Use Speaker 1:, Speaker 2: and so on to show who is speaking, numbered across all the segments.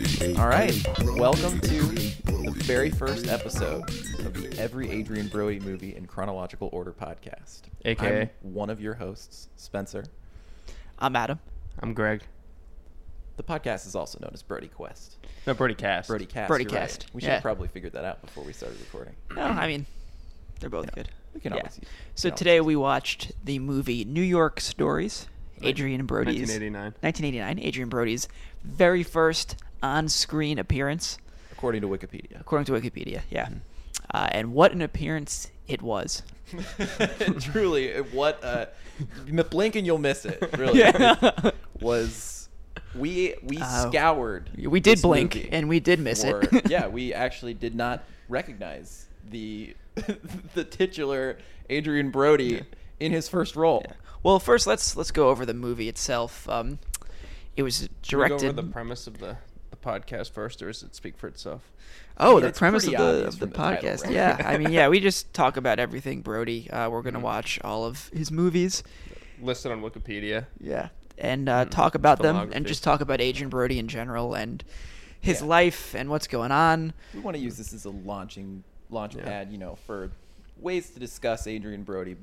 Speaker 1: right. Welcome to the very first episode of the Every Adrian Brody Movie in Chronological Order podcast.
Speaker 2: AKA.
Speaker 1: I'm one of your hosts, Spencer.
Speaker 3: I'm Adam.
Speaker 2: I'm Greg.
Speaker 1: The podcast is also known as Brody Quest.
Speaker 2: No, Brody Cast.
Speaker 1: Brody Cast.
Speaker 3: Brody
Speaker 1: you're right.
Speaker 3: Cast,
Speaker 1: We should have
Speaker 3: yeah.
Speaker 1: probably figured that out before we started recording.
Speaker 3: No, I mean, they're both good.
Speaker 1: We can always use-
Speaker 3: So
Speaker 1: we can always
Speaker 3: today
Speaker 1: use
Speaker 3: we
Speaker 1: it.
Speaker 3: watched the movie New York Stories,
Speaker 2: Nin-
Speaker 3: Adrian Brody's
Speaker 2: 1989.
Speaker 3: 1989, Adrian Brody's very first on-screen appearance,
Speaker 1: According to Wikipedia.
Speaker 3: according to Wikipedia. Yeah,
Speaker 1: Hmm.
Speaker 3: uh, and what an appearance it was.
Speaker 1: Truly, what uh, m- blink and you'll miss it. Really,
Speaker 3: Yeah.
Speaker 1: was we we
Speaker 3: Oh.
Speaker 1: scoured.
Speaker 3: We did
Speaker 1: this
Speaker 3: blink,
Speaker 1: movie
Speaker 3: and we did miss
Speaker 1: for-
Speaker 3: it.
Speaker 1: yeah, we actually did not recognize the the titular Adrian Brody in his first role.
Speaker 3: Well, first let's let's go over the movie itself. Um, it was
Speaker 2: Should we go
Speaker 3: directed.
Speaker 2: over the premise of the, the podcast first, or does it speak for itself?
Speaker 3: Oh, the
Speaker 1: It's
Speaker 3: premise of
Speaker 1: pretty
Speaker 3: the,
Speaker 1: obvious
Speaker 3: of the
Speaker 1: from the title,
Speaker 3: podcast.
Speaker 1: right?
Speaker 3: Yeah. I mean, yeah, we just talk about everything Brody. Uh, we're going to watch all of his movies.
Speaker 2: Listed on Wikipedia.
Speaker 3: Yeah. And
Speaker 2: Mm-hmm.
Speaker 3: uh, talk about them and
Speaker 2: Filmography.
Speaker 3: just talk about Agent Brody in general and his
Speaker 1: Yeah.
Speaker 3: life and what's going on.
Speaker 1: We want to use this as a launching launch
Speaker 2: Yeah.
Speaker 1: pad, you know, for ways to discuss Adrian Brody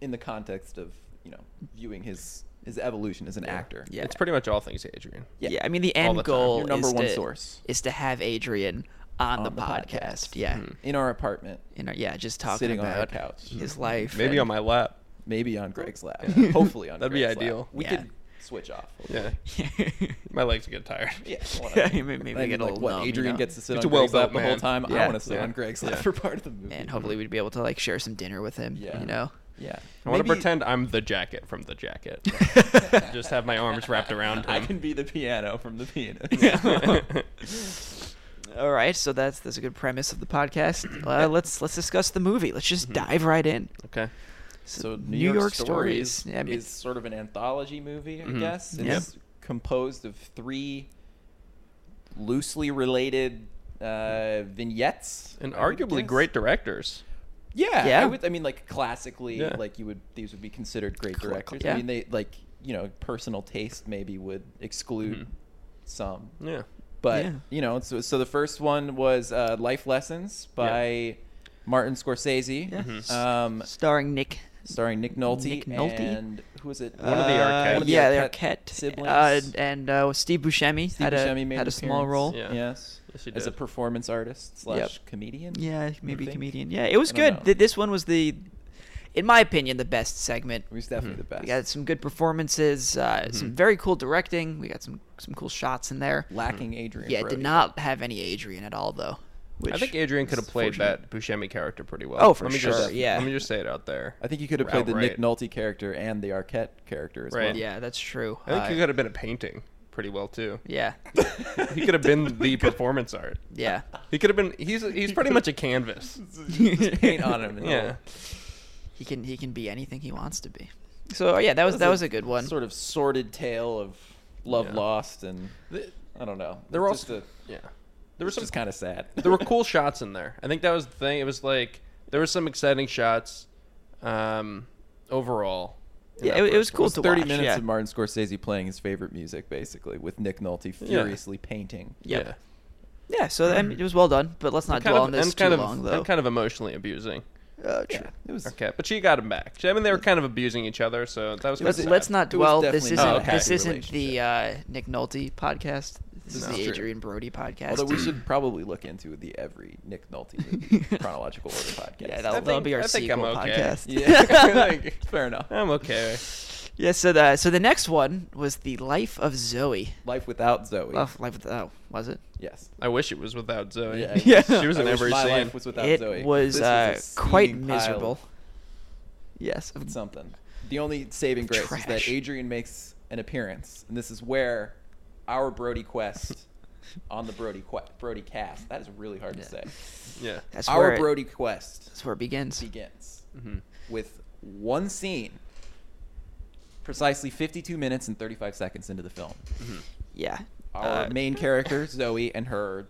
Speaker 1: in the context of you know viewing his his evolution as an actor.
Speaker 3: Yeah.
Speaker 2: It's pretty much all things Adrian.
Speaker 1: Yeah.
Speaker 3: Yeah. I mean, the
Speaker 2: All
Speaker 3: end
Speaker 2: the time.
Speaker 3: goal
Speaker 1: Your number
Speaker 3: is
Speaker 1: one
Speaker 3: to,
Speaker 1: source.
Speaker 3: is to have Adrian on, the, podcast. Yeah.
Speaker 2: Mhm.
Speaker 1: in our apartment,
Speaker 3: You know, yeah, just talking
Speaker 1: Sitting on
Speaker 3: about
Speaker 1: our couch.
Speaker 3: his life.
Speaker 2: Maybe
Speaker 3: and-
Speaker 2: on my lap.
Speaker 1: maybe on Greg's lap.
Speaker 2: Yeah.
Speaker 1: Hopefully on
Speaker 2: That'd be
Speaker 1: Greg's lap.
Speaker 2: ideal.
Speaker 1: We
Speaker 3: Yeah.
Speaker 1: could switch off.
Speaker 2: Yeah. My legs get tired.
Speaker 1: Yeah,
Speaker 3: yeah,
Speaker 1: whatever.
Speaker 3: maybe, maybe
Speaker 1: I mean,
Speaker 3: get a
Speaker 1: like,
Speaker 3: little
Speaker 1: what
Speaker 3: numb, you
Speaker 1: Adrian
Speaker 3: know?
Speaker 1: gets to sit
Speaker 2: It's
Speaker 1: on
Speaker 2: a
Speaker 1: Greg's
Speaker 2: well-built
Speaker 1: lap the whole
Speaker 2: man.
Speaker 1: time. I
Speaker 3: Yeah.
Speaker 1: want to sit
Speaker 2: Yeah.
Speaker 1: on Greg's lap
Speaker 2: Yeah.
Speaker 1: for part of the movie.
Speaker 3: and hopefully we'd be able to like share some dinner with him.
Speaker 1: Yeah.
Speaker 3: You know.
Speaker 1: yeah,
Speaker 2: I want to
Speaker 1: Maybe
Speaker 2: pretend I'm the jacket from the jacket. Just have my arms wrapped around
Speaker 1: I
Speaker 2: him.
Speaker 1: can be the piano from the piano.
Speaker 3: All right, so that's that's a good premise of the podcast. Uh, let's let's discuss the movie. Let's just
Speaker 1: Mm-hmm.
Speaker 3: dive right in.
Speaker 2: okay.
Speaker 1: so New, York, Stories,
Speaker 3: Yeah, I mean, Mm-hmm.
Speaker 1: is sort of an anthology movie, I
Speaker 2: Mhm.
Speaker 1: guess.
Speaker 3: Yep.
Speaker 1: It's composed of three loosely related uh, vignettes
Speaker 2: And
Speaker 1: I would
Speaker 2: arguably
Speaker 1: guess.
Speaker 2: great directors.
Speaker 1: Yeah, I
Speaker 3: Yeah.
Speaker 1: would. I mean, like classically,
Speaker 2: Yeah.
Speaker 1: like you would. These would be considered great
Speaker 3: Cl- cl-
Speaker 1: directors. I
Speaker 3: yeah.
Speaker 1: mean, they like you know, personal taste maybe would exclude
Speaker 2: Mhm.
Speaker 1: some,
Speaker 2: Yeah.
Speaker 1: but
Speaker 3: Mm-hmm. Yeah.
Speaker 1: you know. So, so the first one was uh, Life Lessons by Martin Scorsese,
Speaker 3: Yeah.
Speaker 2: Mhm.
Speaker 1: um,
Speaker 3: starring Nick.
Speaker 1: starring Nick Nolte,
Speaker 3: Nick Nolte?
Speaker 1: and who was it?
Speaker 2: One of the
Speaker 3: uh,
Speaker 2: Arquette-
Speaker 3: Yeah, the
Speaker 1: Arquette
Speaker 3: Arquette
Speaker 1: siblings.
Speaker 3: uh, and uh, Steve Buscemi
Speaker 1: Steve
Speaker 3: had a
Speaker 1: Buscemi made
Speaker 3: had
Speaker 1: an
Speaker 3: a small
Speaker 1: appearance,
Speaker 3: role.
Speaker 2: Yeah.
Speaker 3: Yeah,
Speaker 1: Yes,
Speaker 2: Yes, he
Speaker 1: as a
Speaker 2: did.
Speaker 1: performance artist slash comedian.
Speaker 3: maybe
Speaker 1: think.
Speaker 3: comedian. Yeah, it was
Speaker 1: I don't
Speaker 3: good.
Speaker 1: know.
Speaker 3: Th- This one was the, in my opinion, the best segment.
Speaker 1: He was definitely
Speaker 2: Mhm.
Speaker 1: the best. Mm-hmm.
Speaker 3: We got some good performances, uh, some very cool directing. We got some some cool shots in there.
Speaker 1: Lacking Adrian.
Speaker 3: Yeah, it did
Speaker 1: Brody.
Speaker 3: not have any Adrian at all though. Which
Speaker 2: I think Adrian could have
Speaker 3: is
Speaker 2: played that
Speaker 3: fortunate.
Speaker 2: Buscemi character pretty well.
Speaker 3: Oh, for
Speaker 2: let me
Speaker 3: sure,
Speaker 2: Just,
Speaker 3: yeah.
Speaker 2: Let me just say it out there.
Speaker 1: I think you could have played the Nick
Speaker 2: Outright.
Speaker 1: Nolte character and the Arquette character as
Speaker 2: Right.
Speaker 1: well.
Speaker 3: Yeah, that's true.
Speaker 2: I think
Speaker 3: Uh,
Speaker 2: he could have been a painting pretty well too.
Speaker 3: Yeah,
Speaker 2: He could have been the performance art.
Speaker 3: yeah.
Speaker 2: He could have been. He's he's pretty much a canvas.
Speaker 1: Just paint on him. and
Speaker 2: Yeah.
Speaker 3: he can he can be anything he wants to be. So yeah, that was that was a good
Speaker 1: all.
Speaker 3: one.
Speaker 1: Sort of sordid tale of love
Speaker 2: Yeah.
Speaker 1: lost and
Speaker 2: Th-
Speaker 1: I don't know.
Speaker 2: There were
Speaker 1: It's
Speaker 2: also-
Speaker 1: just a-
Speaker 2: Yeah. There was
Speaker 1: it's
Speaker 2: some.
Speaker 1: just kind of sad.
Speaker 2: There were cool shots in there. I think that was the thing. It was like there was some exciting shots. Um, overall. in
Speaker 3: Yeah,
Speaker 2: that
Speaker 3: it- it was
Speaker 2: first
Speaker 3: cool
Speaker 2: one.
Speaker 3: to
Speaker 1: Thirty
Speaker 3: watch,
Speaker 1: minutes
Speaker 3: yeah.
Speaker 1: of Martin Scorsese playing his favorite music, basically, with Nick Nolte furiously painting.
Speaker 3: Yep.
Speaker 2: Yeah.
Speaker 3: yeah, so I
Speaker 1: Mm-hmm.
Speaker 3: mean, it was well done, but let's not
Speaker 2: Kind
Speaker 3: dwell
Speaker 2: of,
Speaker 3: on this
Speaker 2: and
Speaker 3: too
Speaker 2: kind of,
Speaker 3: long though.
Speaker 2: and kind of emotionally abusing.
Speaker 3: oh,
Speaker 1: Yeah,
Speaker 3: true.
Speaker 1: it was.
Speaker 2: Okay, but she got him back. I mean, they were kind of abusing each other, so that was.
Speaker 3: Let's,
Speaker 2: kinda
Speaker 3: let's
Speaker 2: sad.
Speaker 3: not
Speaker 1: It was
Speaker 3: dwell. This
Speaker 1: definitely
Speaker 3: isn't
Speaker 2: not a
Speaker 3: this
Speaker 2: happy
Speaker 3: isn't the uh, Nick Nolte podcast. This is
Speaker 1: No.
Speaker 3: the
Speaker 1: It's true.
Speaker 3: Adrian Brody podcast.
Speaker 1: Although we should probably look into the every Nick Nolte movie chronological order podcast.
Speaker 3: yeah,
Speaker 2: I
Speaker 3: that'll,
Speaker 2: think-
Speaker 3: that'll be our
Speaker 2: I think I'm
Speaker 3: sequel
Speaker 2: okay.
Speaker 3: podcast.
Speaker 1: yeah, like, fair enough.
Speaker 2: I'm okay.
Speaker 3: yeah. So the so the next one was the life of Zoe.
Speaker 1: Life without Zoe.
Speaker 3: Life, life with, oh, was it?
Speaker 1: yes.
Speaker 2: I wish it was without Zoe.
Speaker 1: I
Speaker 3: Yeah.
Speaker 1: wish-
Speaker 2: she was
Speaker 1: I
Speaker 2: in
Speaker 1: wish
Speaker 2: every
Speaker 1: my
Speaker 2: scene.
Speaker 1: Life was without
Speaker 3: it
Speaker 1: Zoe.
Speaker 3: was,
Speaker 1: This
Speaker 3: uh,
Speaker 1: a
Speaker 3: quite
Speaker 1: steaming pile of
Speaker 3: miserable. Yes. of-
Speaker 1: something. The only saving grace is that
Speaker 3: Trash.
Speaker 1: Adrian makes an appearance, and this is where our Brody quest on the Brody que- Brody cast. That is really hard to
Speaker 3: Yeah.
Speaker 1: say.
Speaker 2: Yeah.
Speaker 3: That's
Speaker 1: our
Speaker 3: where it-
Speaker 1: Brody quest
Speaker 3: That's where it begins.
Speaker 1: begins
Speaker 2: hmm
Speaker 1: with one scene, precisely 52 minutes and 35 seconds into the film.
Speaker 2: Mm-hmm.
Speaker 3: Yeah.
Speaker 1: Our
Speaker 3: Uh,
Speaker 1: main character Zoe and her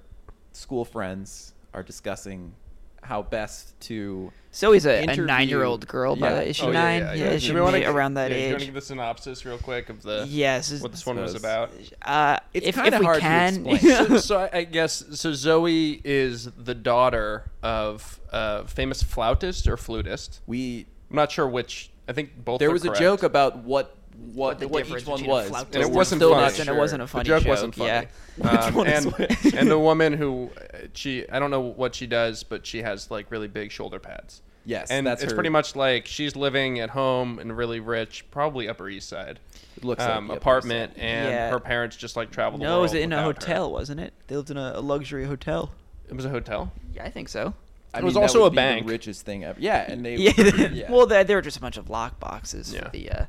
Speaker 1: school friends are discussing how best to
Speaker 3: So he's a, a
Speaker 1: Interview-
Speaker 3: nine-year-old girl, by
Speaker 1: Yeah.
Speaker 3: the way. Is she
Speaker 2: Oh,
Speaker 3: nine?
Speaker 2: Yeah, yeah, yeah.
Speaker 3: is she
Speaker 2: Do we wanna
Speaker 3: may-
Speaker 2: gi-
Speaker 3: around that
Speaker 2: yeah, do you want to
Speaker 3: age?
Speaker 2: give the synopsis real quick of the
Speaker 3: Yes. is-
Speaker 2: what this one was
Speaker 1: Suppose.
Speaker 2: about?
Speaker 3: Uh,
Speaker 1: It's
Speaker 3: if,
Speaker 1: kinda
Speaker 3: if we
Speaker 1: hard to
Speaker 3: can,
Speaker 1: explain.
Speaker 2: so I, I guess so. Zoe is the daughter of a famous flautist or flutist.
Speaker 1: we.
Speaker 2: I'm not sure which. I think both.
Speaker 1: There
Speaker 2: are
Speaker 1: was
Speaker 2: correct.
Speaker 1: a joke about what what
Speaker 3: the
Speaker 1: what
Speaker 3: difference
Speaker 1: each one
Speaker 3: between a
Speaker 1: was,
Speaker 3: flautist
Speaker 1: but
Speaker 2: and it
Speaker 1: we're
Speaker 2: wasn't
Speaker 1: still
Speaker 2: funny.
Speaker 1: not
Speaker 3: And it
Speaker 1: sure.
Speaker 3: wasn't a funny
Speaker 2: the joke,
Speaker 3: joke,
Speaker 2: wasn't funny.
Speaker 3: yeah.
Speaker 1: Which
Speaker 2: Um,
Speaker 1: one is
Speaker 2: and,
Speaker 1: which?
Speaker 2: and the woman who uh, she I don't know what she does, but she has like really big shoulder pads.
Speaker 1: Yes,
Speaker 2: and
Speaker 1: that's
Speaker 2: it's
Speaker 1: her.
Speaker 2: pretty much like she's living at home and really rich, probably Upper East Side
Speaker 1: It looks like
Speaker 2: um,
Speaker 1: the Upper East
Speaker 2: apartment,
Speaker 1: Side.
Speaker 2: and
Speaker 3: Yeah.
Speaker 2: her parents just like travel. The
Speaker 3: no, it was
Speaker 2: world
Speaker 3: in a
Speaker 2: without her.
Speaker 3: hotel, wasn't it? They lived in a, a luxury hotel.
Speaker 2: It was a hotel.
Speaker 3: Yeah, I think so.
Speaker 1: I
Speaker 2: It was
Speaker 1: mean, that
Speaker 2: also
Speaker 1: would
Speaker 2: a
Speaker 1: be
Speaker 2: bank.
Speaker 1: The richest thing ever. Yeah, and they.
Speaker 3: Yeah.
Speaker 1: yeah.
Speaker 3: well, they, they were just a bunch of lock boxes
Speaker 2: Yeah.
Speaker 3: for the uh,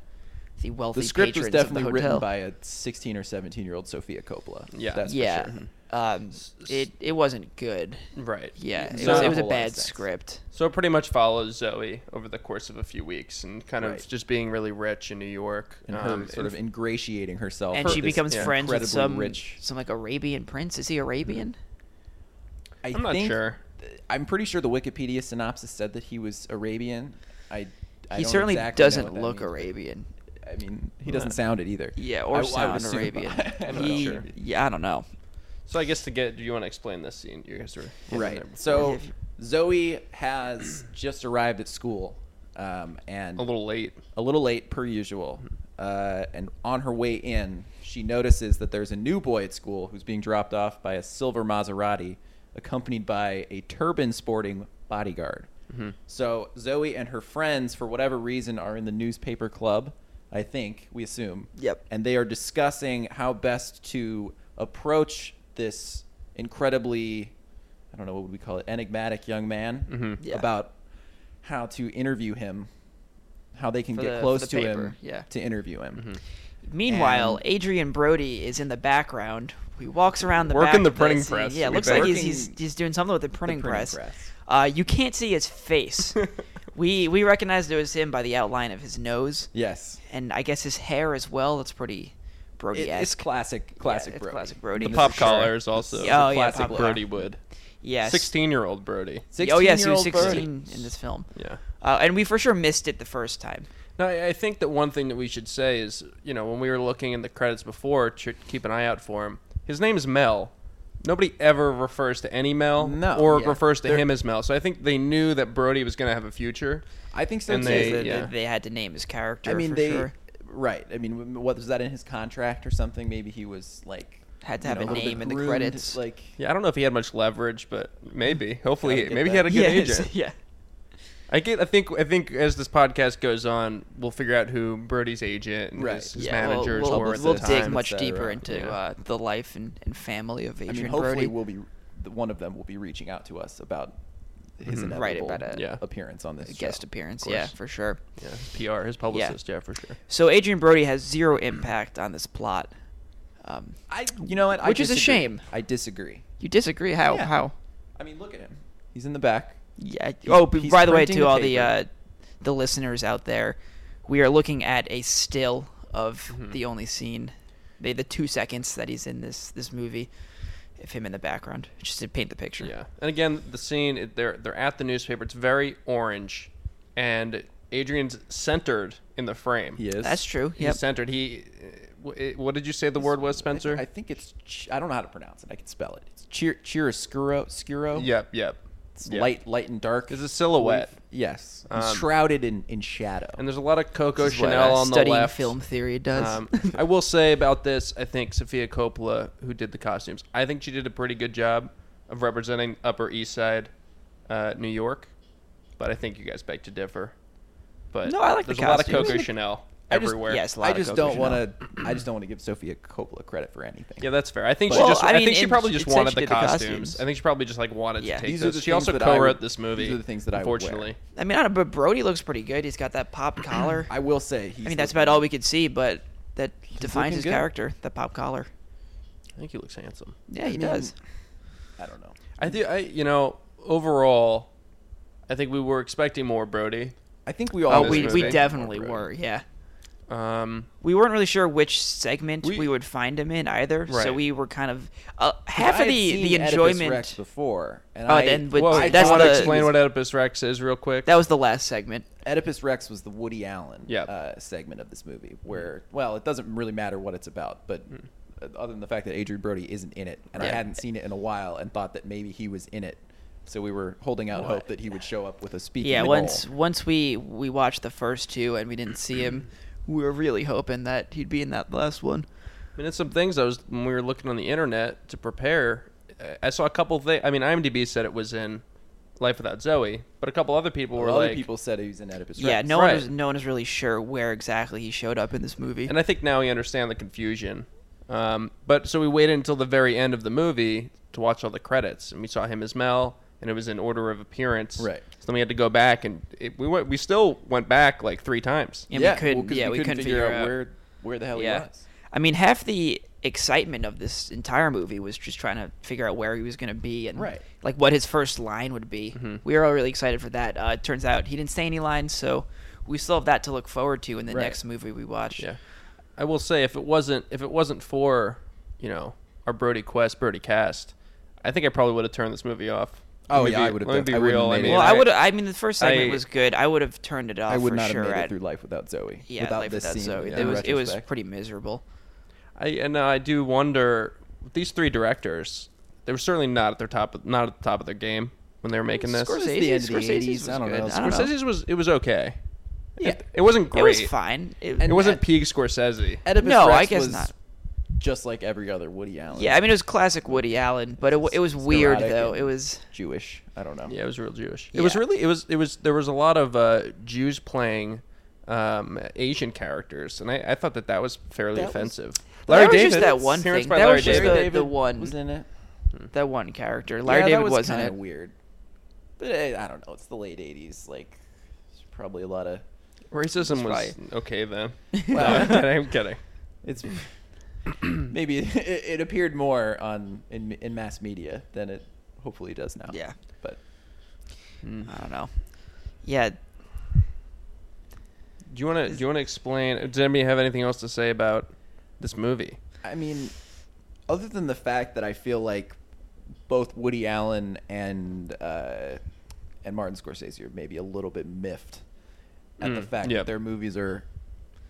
Speaker 3: the wealthy
Speaker 1: the script was
Speaker 3: patrons
Speaker 1: definitely
Speaker 3: of the
Speaker 1: written
Speaker 3: hotel.
Speaker 1: by a 16 or 17 year old Sophia Coppola.
Speaker 2: Yeah.
Speaker 1: that's
Speaker 3: yeah.
Speaker 1: For sure.
Speaker 3: Um, it it wasn't good.
Speaker 2: Right.
Speaker 3: Yeah, it was,
Speaker 2: So-
Speaker 3: it was
Speaker 1: whole
Speaker 3: a
Speaker 1: lot of
Speaker 3: bad
Speaker 1: sense.
Speaker 3: script.
Speaker 2: So it pretty much follows Zoe over the course of a few weeks and kind of
Speaker 1: Right.
Speaker 2: just being really rich in New York.
Speaker 1: And her
Speaker 2: um,
Speaker 1: sort of ingratiating herself.
Speaker 3: And
Speaker 1: with
Speaker 3: she
Speaker 1: this
Speaker 3: becomes
Speaker 2: yeah.
Speaker 3: friends with
Speaker 1: incredibly
Speaker 3: some
Speaker 1: rich. Mm-hmm.
Speaker 3: some like Arabian prince. Is he Arabian?
Speaker 1: I
Speaker 2: I'm not
Speaker 1: think-
Speaker 2: sure.
Speaker 1: I'm pretty sure the Wikipedia synopsis said that he was Arabian. I. I
Speaker 3: he
Speaker 1: don't
Speaker 3: certainly
Speaker 1: exactly know
Speaker 3: doesn't
Speaker 1: what that
Speaker 3: look
Speaker 1: means, but-
Speaker 3: Arabian.
Speaker 1: I mean, he doesn't
Speaker 2: Yeah.
Speaker 1: sound it either.
Speaker 3: Yeah,
Speaker 1: I- I
Speaker 3: or
Speaker 1: would
Speaker 3: sound
Speaker 1: assume-
Speaker 3: Arabian.
Speaker 1: I'm not
Speaker 3: He-
Speaker 1: sure.
Speaker 3: Yeah, I don't know.
Speaker 2: So I guess to get, do you want to explain this scene? You guys were in
Speaker 1: Right.
Speaker 2: there before.
Speaker 1: So
Speaker 3: If-
Speaker 1: Zoe has just arrived at school, um, and
Speaker 2: a little late.
Speaker 1: a little late per usual. Uh, and on her way in, she notices that there's a new boy at school who's being dropped off by a silver Maserati, accompanied by a turban sporting bodyguard. So Zoe and her friends, for whatever reason, are in the newspaper club, I think, we assume.
Speaker 3: Yep.
Speaker 1: And they are discussing how best to approach this incredibly, I don't know, what would we call it, enigmatic young man
Speaker 2: Mhm.
Speaker 3: Yeah.
Speaker 1: about how to interview him, how they can
Speaker 3: For
Speaker 1: get
Speaker 3: the- for
Speaker 1: close
Speaker 3: the
Speaker 1: to him
Speaker 3: paper, yeah. Mm-hmm.
Speaker 1: to interview him.
Speaker 3: Meanwhile,
Speaker 1: And-
Speaker 3: Adrian Brody is in the background. He walks around the
Speaker 2: Working
Speaker 3: back
Speaker 2: the
Speaker 3: of
Speaker 2: printing
Speaker 3: this-
Speaker 2: press,
Speaker 3: Yeah,
Speaker 2: we
Speaker 3: looks
Speaker 2: bet.
Speaker 3: like he's,
Speaker 1: Working
Speaker 3: he's he's doing something with the printing,
Speaker 1: printing
Speaker 3: press.
Speaker 1: press.
Speaker 3: Uh, you can't see his face. we we recognized it was him by the outline of his nose,
Speaker 1: Yes.
Speaker 3: and I guess his hair as well. That's pretty Brody
Speaker 1: It- it's
Speaker 3: esque.
Speaker 1: classic, classic
Speaker 3: it's
Speaker 1: Brody.
Speaker 3: classic Brody.
Speaker 2: The
Speaker 3: This
Speaker 2: pop
Speaker 3: is sure.
Speaker 2: collars also.
Speaker 3: Oh,
Speaker 2: the
Speaker 3: yeah,
Speaker 2: classic
Speaker 3: pop collar.
Speaker 2: Brody Wood.
Speaker 3: Yes.
Speaker 2: 16 year old Brody.
Speaker 3: Oh yes, he
Speaker 1: 16-year-old
Speaker 3: was
Speaker 1: Brody.
Speaker 3: sixteen in this film.
Speaker 2: Yeah.
Speaker 3: Uh, and we for sure missed it the first time.
Speaker 2: Now, I I think that one thing that we should say is, you know, when we were looking in the credits before, ch- keep an eye out for him. His name is Mel. Nobody ever refers to any Mel
Speaker 1: No,
Speaker 2: or
Speaker 1: yeah.
Speaker 2: refers to
Speaker 1: They're-
Speaker 2: him as Mel. So I think they knew that Brody was going to have a future.
Speaker 1: I think so
Speaker 2: And
Speaker 1: too.
Speaker 2: They-
Speaker 3: They, they,
Speaker 2: yeah.
Speaker 3: they had to name his character.
Speaker 1: I mean,
Speaker 3: for
Speaker 1: they.
Speaker 3: sure.
Speaker 1: Right. I mean, w- what was that in his contract or something? Maybe he was like
Speaker 3: Had to
Speaker 1: you
Speaker 3: have
Speaker 1: know,
Speaker 3: a
Speaker 1: little bit
Speaker 3: name in the
Speaker 1: groomed,
Speaker 3: credits.
Speaker 1: Like,
Speaker 2: Yeah, I don't know if he had much leverage, but maybe,
Speaker 3: Mm.
Speaker 1: Yeah,
Speaker 2: hopefully,
Speaker 1: I get
Speaker 2: maybe he
Speaker 1: that.
Speaker 2: had a good
Speaker 3: Yes,
Speaker 2: agent.
Speaker 3: yeah.
Speaker 2: I get. I think. I think as this podcast goes on, we'll figure out who Brody's agent and
Speaker 1: Right.
Speaker 2: his, his
Speaker 3: Yeah, we'll-
Speaker 2: managers
Speaker 3: we'll,
Speaker 2: were
Speaker 3: we'll,
Speaker 2: at
Speaker 3: we'll
Speaker 2: the
Speaker 3: dig
Speaker 1: et
Speaker 2: time.
Speaker 3: much
Speaker 1: cetera.
Speaker 3: deeper into
Speaker 2: Yeah.
Speaker 3: uh, the life and, and family of
Speaker 1: I
Speaker 3: Adrian
Speaker 1: mean, hopefully
Speaker 3: Brody.
Speaker 1: we'll be the- one of them will be reaching out to us about his
Speaker 2: Mhm.
Speaker 1: inevitable
Speaker 3: Mm-hmm. Right, about a-
Speaker 2: Yeah.
Speaker 1: appearance on this
Speaker 3: guest
Speaker 1: show.
Speaker 3: appearance,
Speaker 2: course.
Speaker 3: yeah, for sure.
Speaker 2: Yeah, his PR, his publicist, yeah, for sure.
Speaker 3: So Adrian Brody has zero impact on this plot. Um,
Speaker 1: I, you know what? I
Speaker 3: Which is a
Speaker 1: disagree.
Speaker 3: shame.
Speaker 1: I disagree.
Speaker 3: you disagree? How?
Speaker 1: Yeah.
Speaker 3: How?
Speaker 1: I mean, look at him. He's in the back.
Speaker 3: Yeah.
Speaker 1: He's-
Speaker 3: Oh, b-
Speaker 1: he's
Speaker 3: by the way,
Speaker 1: printing
Speaker 3: to
Speaker 1: the
Speaker 3: all the uh,
Speaker 1: paper.
Speaker 3: the listeners out there, we are looking at a still of
Speaker 2: Mm-hmm.
Speaker 3: the only scene, the, the two seconds that he's in this this movie, of him in the background, just to paint the picture.
Speaker 2: Yeah, and again, the scene it- they're they're at the newspaper. It's very orange, and Adrian's centered in the frame.
Speaker 1: He is.
Speaker 3: that's true.
Speaker 2: he's
Speaker 3: Yep.
Speaker 2: centered. He, uh, wh- what did you say the word was, Spencer?
Speaker 1: I think it's. Ch- I don't know how to pronounce it. I can spell it. It's cheer chiaroscuro. Scuro.
Speaker 2: yep, yep.
Speaker 1: It's
Speaker 2: Yep.
Speaker 1: light, light and dark.
Speaker 2: It's a silhouette,
Speaker 1: Yes. He's
Speaker 2: Um,
Speaker 1: shrouded in in shadow.
Speaker 2: and there's a lot of Coco
Speaker 3: This is what,
Speaker 2: Chanel
Speaker 3: uh,
Speaker 2: on the
Speaker 3: studying
Speaker 2: left.
Speaker 3: film theory does.
Speaker 2: Um, I will say about this, I think Sophia Coppola, who did the costumes, I think she did a pretty good job of representing Upper East Side, uh, New York. But I think you guys beg to differ. But
Speaker 3: No, I like the
Speaker 2: there's a lot of
Speaker 3: costumes.
Speaker 2: Coco Chanel
Speaker 1: I just-
Speaker 2: everywhere.
Speaker 3: yes, a lot
Speaker 1: I
Speaker 3: of
Speaker 1: just
Speaker 3: Coco
Speaker 1: don't want to. I just don't want to give Sophia Coppola credit for anything.
Speaker 2: Yeah, that's fair. I think
Speaker 3: Well,
Speaker 2: she just.
Speaker 3: I
Speaker 2: I,
Speaker 3: mean,
Speaker 2: think she
Speaker 3: and
Speaker 2: probably
Speaker 3: she-
Speaker 2: just
Speaker 3: it said
Speaker 2: wanted
Speaker 3: she
Speaker 2: the
Speaker 3: did the
Speaker 2: costumes.
Speaker 3: costumes.
Speaker 2: I think she probably just like wanted
Speaker 3: Yeah.
Speaker 2: to take
Speaker 1: These are
Speaker 2: those.
Speaker 1: the
Speaker 2: She also
Speaker 1: things that I would-
Speaker 2: co-wrote this movie.
Speaker 1: these are the things that I would wear.
Speaker 2: unfortunately.
Speaker 3: I mean, I don't, but Brody looks pretty good. He's got that pop collar. I,
Speaker 1: I will say. He's
Speaker 3: mean, that's about all we could see, but that defines
Speaker 1: looking
Speaker 3: his
Speaker 1: good.
Speaker 3: character. The pop collar.
Speaker 2: I think he looks handsome.
Speaker 3: Yeah,
Speaker 1: I
Speaker 3: he
Speaker 1: mean,
Speaker 3: does.
Speaker 1: I don't know.
Speaker 2: I think I, you know, overall, I think we were expecting more Brody.
Speaker 1: I think we all.
Speaker 3: Oh,
Speaker 2: this
Speaker 3: we
Speaker 2: was
Speaker 3: we
Speaker 2: big.
Speaker 3: definitely
Speaker 1: Brody.
Speaker 3: were. Yeah.
Speaker 2: Um,
Speaker 3: we weren't really sure which segment we,
Speaker 2: We-
Speaker 3: would find him in either, so
Speaker 2: Right.
Speaker 3: we were kind of uh, half
Speaker 1: I
Speaker 3: of
Speaker 1: had
Speaker 3: the
Speaker 1: seen
Speaker 3: the
Speaker 1: Oedipus
Speaker 3: enjoyment.
Speaker 1: Rex before, and
Speaker 3: Oh,
Speaker 1: I,
Speaker 3: then with-
Speaker 2: whoa,
Speaker 3: I
Speaker 2: I
Speaker 3: that's
Speaker 2: want
Speaker 3: the-
Speaker 2: to explain what Oedipus Rex is real quick.
Speaker 3: That was the last segment.
Speaker 1: Oedipus Rex was the Woody Allen
Speaker 2: Yeah.
Speaker 1: uh, segment of this movie, where well, it doesn't really matter what it's about, but uh other than the fact that Adrian Brody isn't in it, and I
Speaker 3: Hmm. Yeah.
Speaker 1: hadn't seen it in a while, and thought that maybe he was in it, so we were holding out hope that he would show up with a speaking.
Speaker 3: yeah,
Speaker 1: role.
Speaker 3: once once we we watched the first two and we didn't see him, we were really hoping that he'd be in that last one.
Speaker 2: I mean, it's some things I was when we were looking on the internet to prepare. uh, I saw a couple things. I mean, IMDb said it was in Life Without Zoe, but a couple other people were
Speaker 1: other
Speaker 2: like,
Speaker 1: people said he was in Oedipus
Speaker 3: Yeah,
Speaker 1: Rex.
Speaker 3: no one
Speaker 2: Right.
Speaker 3: was no one is really sure where exactly he showed up in this movie.
Speaker 2: and I think now we understand the confusion. Um, but so we waited until the very end of the movie to watch all the credits, and we saw him as Mel, and it was in order of appearance.
Speaker 1: Right.
Speaker 2: So then we had to go back, and it, we went. We still went back like three times.
Speaker 3: And we couldn't,
Speaker 1: well, 'cause
Speaker 3: yeah, we couldn't
Speaker 1: figure, out, where where the hell he
Speaker 3: yeah.
Speaker 1: was.
Speaker 3: I mean, half the excitement of this entire movie was just trying to figure out where he was going to be and
Speaker 1: Right. Mm-hmm.
Speaker 3: like what his first line would be. We were all really excited for that. Uh, it turns out he didn't say any lines, so we still have that to look forward to in the
Speaker 1: Right.
Speaker 3: next movie we watch.
Speaker 2: Yeah, I will say if it wasn't if it wasn't for you know our Brody Quest Brody Cast, I think I probably would have turned this movie off.
Speaker 1: Oh,
Speaker 2: Let me
Speaker 1: yeah,
Speaker 2: be-
Speaker 1: I would've
Speaker 2: Let me
Speaker 1: done-
Speaker 2: be
Speaker 1: I wouldn't
Speaker 2: real. I
Speaker 1: made it.
Speaker 2: mean,
Speaker 3: Well, I
Speaker 2: I-
Speaker 3: would. I mean, the first segment
Speaker 2: I-
Speaker 3: was good. I would have turned it off
Speaker 1: I would
Speaker 3: Uh, for
Speaker 1: not
Speaker 3: sure.
Speaker 1: have made
Speaker 3: at-
Speaker 1: it through life without Zoe.
Speaker 3: yeah,
Speaker 1: without
Speaker 3: Life
Speaker 1: this
Speaker 3: Without
Speaker 1: scene,
Speaker 3: Zoe.
Speaker 1: in
Speaker 3: It was it was
Speaker 1: retrospect.
Speaker 3: pretty miserable.
Speaker 2: I and I do wonder these three directors. They were certainly not at their top of, not at the top of their game when they were making this.
Speaker 1: Scorsese-
Speaker 3: Scorsese,
Speaker 1: the end of the
Speaker 3: Scorsese's
Speaker 1: 80s,
Speaker 3: was
Speaker 1: I don't
Speaker 3: good.
Speaker 1: know.
Speaker 3: I don't know.
Speaker 2: Scorsese's was it was okay.
Speaker 1: Yeah.
Speaker 2: It, it wasn't
Speaker 3: It
Speaker 2: great.
Speaker 3: was fine. It,
Speaker 2: It
Speaker 1: And-
Speaker 2: wasn't peak Scorsese.
Speaker 1: Oedipus
Speaker 3: No,
Speaker 1: Rex
Speaker 3: I guess
Speaker 1: was
Speaker 3: not.
Speaker 1: Just like every other Woody Allen.
Speaker 3: yeah, I mean, it was classic Woody Allen, but it, w- it was weird
Speaker 1: Sporadic
Speaker 3: though.
Speaker 1: and
Speaker 3: It was
Speaker 1: Jewish. I don't know.
Speaker 2: Yeah, it was real Jewish. It was
Speaker 3: Yeah.
Speaker 2: really it was it was there was a lot of uh, Jews playing um, Asian characters, and I, I thought that that was fairly
Speaker 1: That was-
Speaker 2: offensive.
Speaker 3: Larry that was just that one
Speaker 2: appearance
Speaker 3: thing.
Speaker 2: by
Speaker 3: That
Speaker 2: Larry
Speaker 3: was just
Speaker 2: David.
Speaker 3: the- one-
Speaker 1: was in it.
Speaker 3: that one character. Larry
Speaker 1: yeah,
Speaker 3: David
Speaker 1: that was
Speaker 3: wasn't
Speaker 1: kinda
Speaker 3: it.
Speaker 1: weird. But eh, I don't know. It's the late '80s. Like, there's probably a lot of.
Speaker 2: Racism was
Speaker 3: Right.
Speaker 2: okay then. No,
Speaker 1: Well-
Speaker 2: I'm kidding, I'm kidding.
Speaker 1: It's maybe it, it appeared more on in in mass media than it hopefully does now.
Speaker 3: Yeah.
Speaker 1: but
Speaker 3: I don't know. Yeah,
Speaker 2: Do you want to do you want to explain? Does anybody have anything else to say about this movie?
Speaker 1: I mean, other than the fact that I feel like both Woody Allen and uh, and Martin Scorsese are maybe a little bit miffed at the
Speaker 2: Mm,
Speaker 1: fact
Speaker 2: yeah.
Speaker 1: that their movies are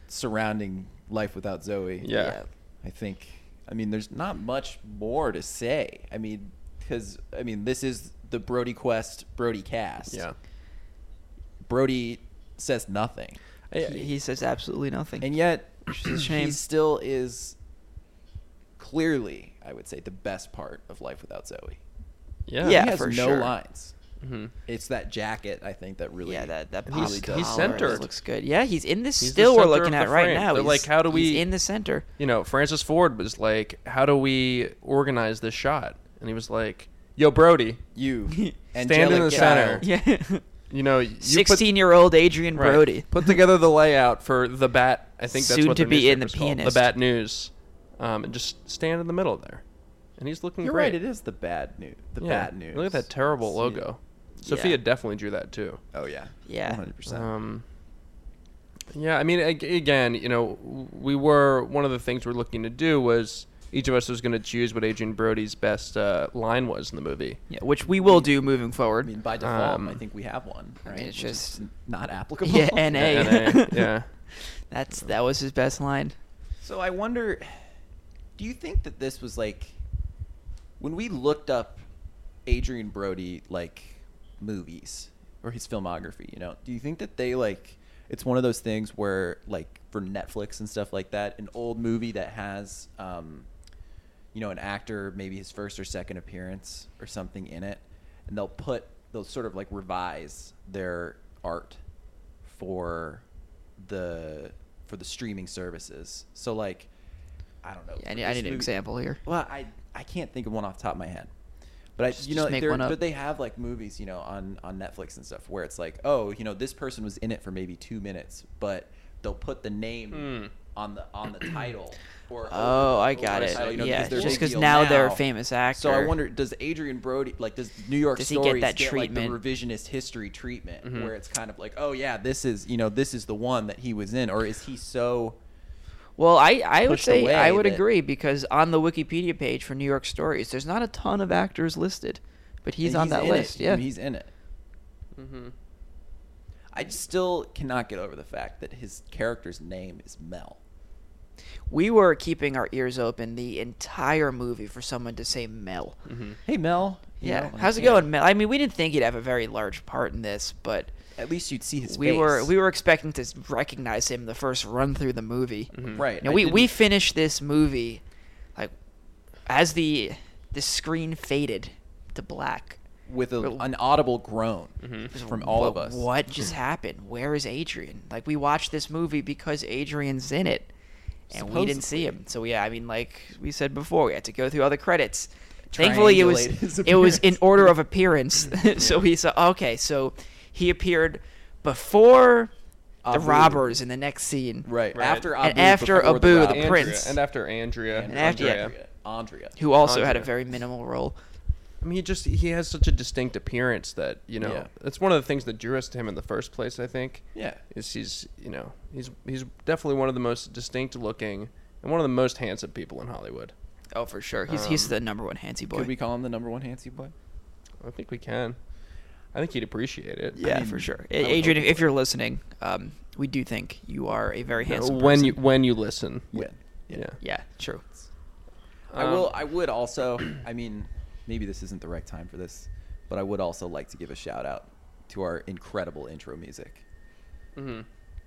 Speaker 1: surrounding Life Without Zoe.
Speaker 2: Yeah.
Speaker 1: I think. I mean, there's not much more to say. I mean, because I mean, this is the Brody Quest, Brody cast.
Speaker 2: Yeah,
Speaker 1: Brody says nothing,
Speaker 2: I-
Speaker 3: he, he says absolutely nothing.
Speaker 1: and yet
Speaker 3: Which is a shame.
Speaker 1: he still is clearly, I would say, the best part of Life Without Zoe.
Speaker 2: yeah,
Speaker 3: Yeah.
Speaker 1: he has
Speaker 3: for
Speaker 1: no
Speaker 3: sure.
Speaker 1: lines.
Speaker 2: Mhm.
Speaker 1: It's that jacket, I think, that really.
Speaker 3: Mm-hmm. yeah, that that
Speaker 2: And he's-
Speaker 3: poppy
Speaker 2: he's
Speaker 3: collar
Speaker 2: centered.
Speaker 3: looks good. Yeah, he's in this
Speaker 2: He's the
Speaker 3: still we're
Speaker 2: center
Speaker 3: looking
Speaker 2: of
Speaker 3: at
Speaker 2: the
Speaker 3: right
Speaker 2: frame.
Speaker 3: now.
Speaker 2: They're
Speaker 3: He's-
Speaker 2: like, how do
Speaker 3: he's
Speaker 2: we-
Speaker 3: in the center?
Speaker 2: you know, Francis Ford was like, "How do we organize this shot?" And he was like, "Yo, Brody,
Speaker 1: you
Speaker 2: Stand in
Speaker 1: angelic
Speaker 2: the center.
Speaker 1: child.
Speaker 3: Yeah,
Speaker 2: you know, you put-
Speaker 3: sixteen-year-old Adrian
Speaker 2: Right.
Speaker 3: Brody.
Speaker 2: Put together the layout for the bat. I think that's
Speaker 3: Soon
Speaker 2: what
Speaker 3: to
Speaker 2: their
Speaker 3: be in
Speaker 2: newspaper's
Speaker 3: The
Speaker 2: called,
Speaker 3: Pianist.
Speaker 2: The bat news, um, and just stand in the middle there. And he's looking.
Speaker 1: You're
Speaker 2: great.
Speaker 1: right. It is the bad news. The
Speaker 2: Yeah.
Speaker 1: bad news.
Speaker 2: Look at that terrible
Speaker 1: See?
Speaker 2: logo.
Speaker 3: Yeah.
Speaker 2: Sophia definitely drew that too.
Speaker 1: Oh yeah.
Speaker 3: Yeah.
Speaker 1: 100%.
Speaker 2: Um, yeah, I mean, ag- again, you know, we were one of the things we're looking to do was each of us was going to choose what Adrian Brody's best uh, line was in the movie.
Speaker 3: Yeah, which we will do moving forward.
Speaker 1: I mean, by default,
Speaker 2: um,
Speaker 1: I think we have one.
Speaker 3: I mean,
Speaker 1: Right?
Speaker 3: it's
Speaker 1: Which is
Speaker 3: just-
Speaker 1: not applicable.
Speaker 3: yeah, NA.
Speaker 2: Yeah, NA, yeah.
Speaker 3: That's that was his best line.
Speaker 1: So I wonder, do you think that this was like when we looked up Adrian Brody like movies or his filmography? You know, do you think that they like it's one of those things where like for Netflix and stuff like that, an old movie that has um, you know an actor maybe his first or second appearance or something in it, and they'll put they'll sort of like revise their art for the for the streaming services. So like, I don't know.
Speaker 3: Yeah, I
Speaker 1: for
Speaker 3: need, I
Speaker 1: this
Speaker 3: need an
Speaker 1: movie-
Speaker 3: example here.
Speaker 1: Well, I I can't think of one off the top of my head, but I
Speaker 3: Just-
Speaker 1: you know
Speaker 3: just make
Speaker 1: there-
Speaker 3: one up.
Speaker 1: but they have like movies you know on on Netflix and stuff where it's like oh you know this person was in it for maybe two minutes, but they'll put the name
Speaker 2: Hmm.
Speaker 1: on the on the title. Or
Speaker 3: Oh,
Speaker 1: over-
Speaker 3: I
Speaker 1: over
Speaker 2: I
Speaker 3: got
Speaker 1: the
Speaker 3: it.
Speaker 2: saw,
Speaker 1: title, you know,
Speaker 3: yeah,
Speaker 1: they're a big
Speaker 3: just because
Speaker 1: deal
Speaker 3: now, they're a
Speaker 1: now.
Speaker 3: famous actor.
Speaker 1: So I wonder, does Adrian Brody like does New York
Speaker 3: Does he get
Speaker 1: stories
Speaker 3: that
Speaker 1: like,
Speaker 3: treatment?
Speaker 1: the revisionist history treatment, where it's kind of like, oh yeah, this is you know this is the one that he was in, or is he so?
Speaker 3: Well, I, I would
Speaker 1: pushed
Speaker 3: say I
Speaker 1: away
Speaker 3: would
Speaker 1: that-
Speaker 3: agree because on the Wikipedia page for New York stories, there's not a ton of actors listed, but he's on that
Speaker 1: in it.
Speaker 3: list.
Speaker 1: I
Speaker 3: Yeah,
Speaker 1: mean, he's in it.
Speaker 2: Mm-hmm.
Speaker 1: I still cannot get over the fact that his character's name is Mel.
Speaker 3: we were keeping our ears open the entire movie for someone to say Mel.
Speaker 2: Mm-hmm.
Speaker 1: Hey Mel. you
Speaker 3: Yeah,
Speaker 1: know, like,
Speaker 3: how's it
Speaker 1: Mm. yeah.
Speaker 3: going, Mel? I mean, we didn't think he'd have a very large part in this, but
Speaker 1: At least you'd see his
Speaker 3: we
Speaker 1: face.
Speaker 3: were we were expecting to recognize him the first run through the movie.
Speaker 1: right.
Speaker 3: Now
Speaker 1: I
Speaker 3: we
Speaker 1: didn't-
Speaker 3: we finished this movie like as the the screen faded to black.
Speaker 1: with a,
Speaker 3: Well-
Speaker 1: an audible groan
Speaker 3: Just
Speaker 1: from all of us.
Speaker 3: Mm-hmm. what- What just happened? Where is Adrian? Like we watched this movie because Adrian's in it, and we didn't see him. So yeah, I mean, like we said before, we had to go through all the credits. Thankfully, it was
Speaker 1: Triangulate his
Speaker 3: it was in
Speaker 1: appearance.
Speaker 3: order of appearance. so we saw okay, so he appeared before the
Speaker 1: Abu.
Speaker 3: robbers in the next scene,
Speaker 1: Right.
Speaker 2: Right.
Speaker 1: After Abu.
Speaker 3: And after
Speaker 1: before
Speaker 3: Abu, the
Speaker 1: Robbers.
Speaker 2: Andrea,
Speaker 3: prince.
Speaker 2: and after Andrea,
Speaker 1: And
Speaker 3: And after- yeah.
Speaker 2: Andrea.
Speaker 1: Andrea. Andrea.
Speaker 3: Who also had a
Speaker 2: Andrea.
Speaker 3: very minimal role.
Speaker 2: I mean, he just he has such a distinct appearance that you know
Speaker 1: Yeah.
Speaker 2: that's one of the things that drew us to him in the first place. I think
Speaker 1: Yeah.
Speaker 2: is he's you know he's he's definitely one of the most distinct looking and one of the most handsome people in Hollywood.
Speaker 3: Oh, for sure. He's he's
Speaker 2: Um,
Speaker 3: the number one Hansi boy.
Speaker 1: Could we call him the number one Hansi boy?
Speaker 2: I think we can. I think he'd appreciate it.
Speaker 3: Yeah,
Speaker 1: mean,
Speaker 3: for sure.
Speaker 1: I
Speaker 3: A-
Speaker 1: would
Speaker 3: Adrian,
Speaker 1: hope
Speaker 3: if, if you're listening, um, we do think you are a very handsome
Speaker 2: when
Speaker 3: person.
Speaker 2: you when you listen.
Speaker 1: When.
Speaker 2: Yeah.
Speaker 3: yeah, true.
Speaker 1: I
Speaker 2: Um,
Speaker 1: will. I would also. I mean, maybe this isn't the right time for this, but I would also like to give a shout out to our incredible intro music
Speaker 2: Mhm.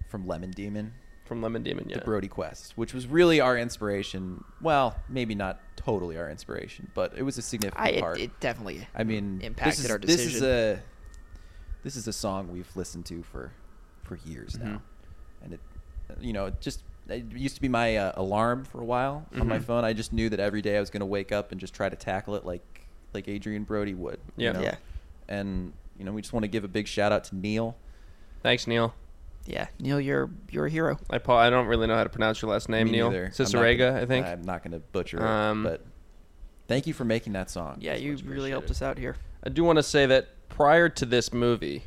Speaker 1: from Lemon Demon,
Speaker 2: From Lemon Demon. Yeah.
Speaker 1: the Brody Quest, which was really our inspiration. Well, maybe not totally our inspiration, but it was a significant
Speaker 3: I, it,
Speaker 1: part.
Speaker 3: it definitely.
Speaker 1: I mean,
Speaker 3: impacted
Speaker 1: this is,
Speaker 3: our
Speaker 1: This is
Speaker 3: decision.
Speaker 1: a this is a song we've listened to for for years now,
Speaker 3: Mm-hmm.
Speaker 2: Mhm.
Speaker 1: and it you know it just it used to be my uh, alarm for a while on my
Speaker 3: Mm-hmm.
Speaker 2: Mhm.
Speaker 1: phone. I just knew that every day I was going to wake up and just try to tackle it like like Adrian Brody would. you
Speaker 2: Yeah.
Speaker 1: know?
Speaker 3: Yeah.
Speaker 1: And you know, we just want to give a big shout out to Neil.
Speaker 2: Thanks, Neil.
Speaker 3: Yeah, Neil, you're you're a hero.
Speaker 2: I pa- I don't really know how to pronounce your last name,
Speaker 1: Me
Speaker 2: Neil.
Speaker 1: neither. I'm not
Speaker 2: Cicerega,
Speaker 1: gonna-
Speaker 2: I think.
Speaker 1: I'm not going to butcher it,
Speaker 2: Um,
Speaker 1: but thank you for making that song.
Speaker 3: Yeah,
Speaker 1: It's
Speaker 3: you
Speaker 1: much
Speaker 3: really helped
Speaker 1: appreciated.
Speaker 3: us out here.
Speaker 2: I do want to say that prior to this movie,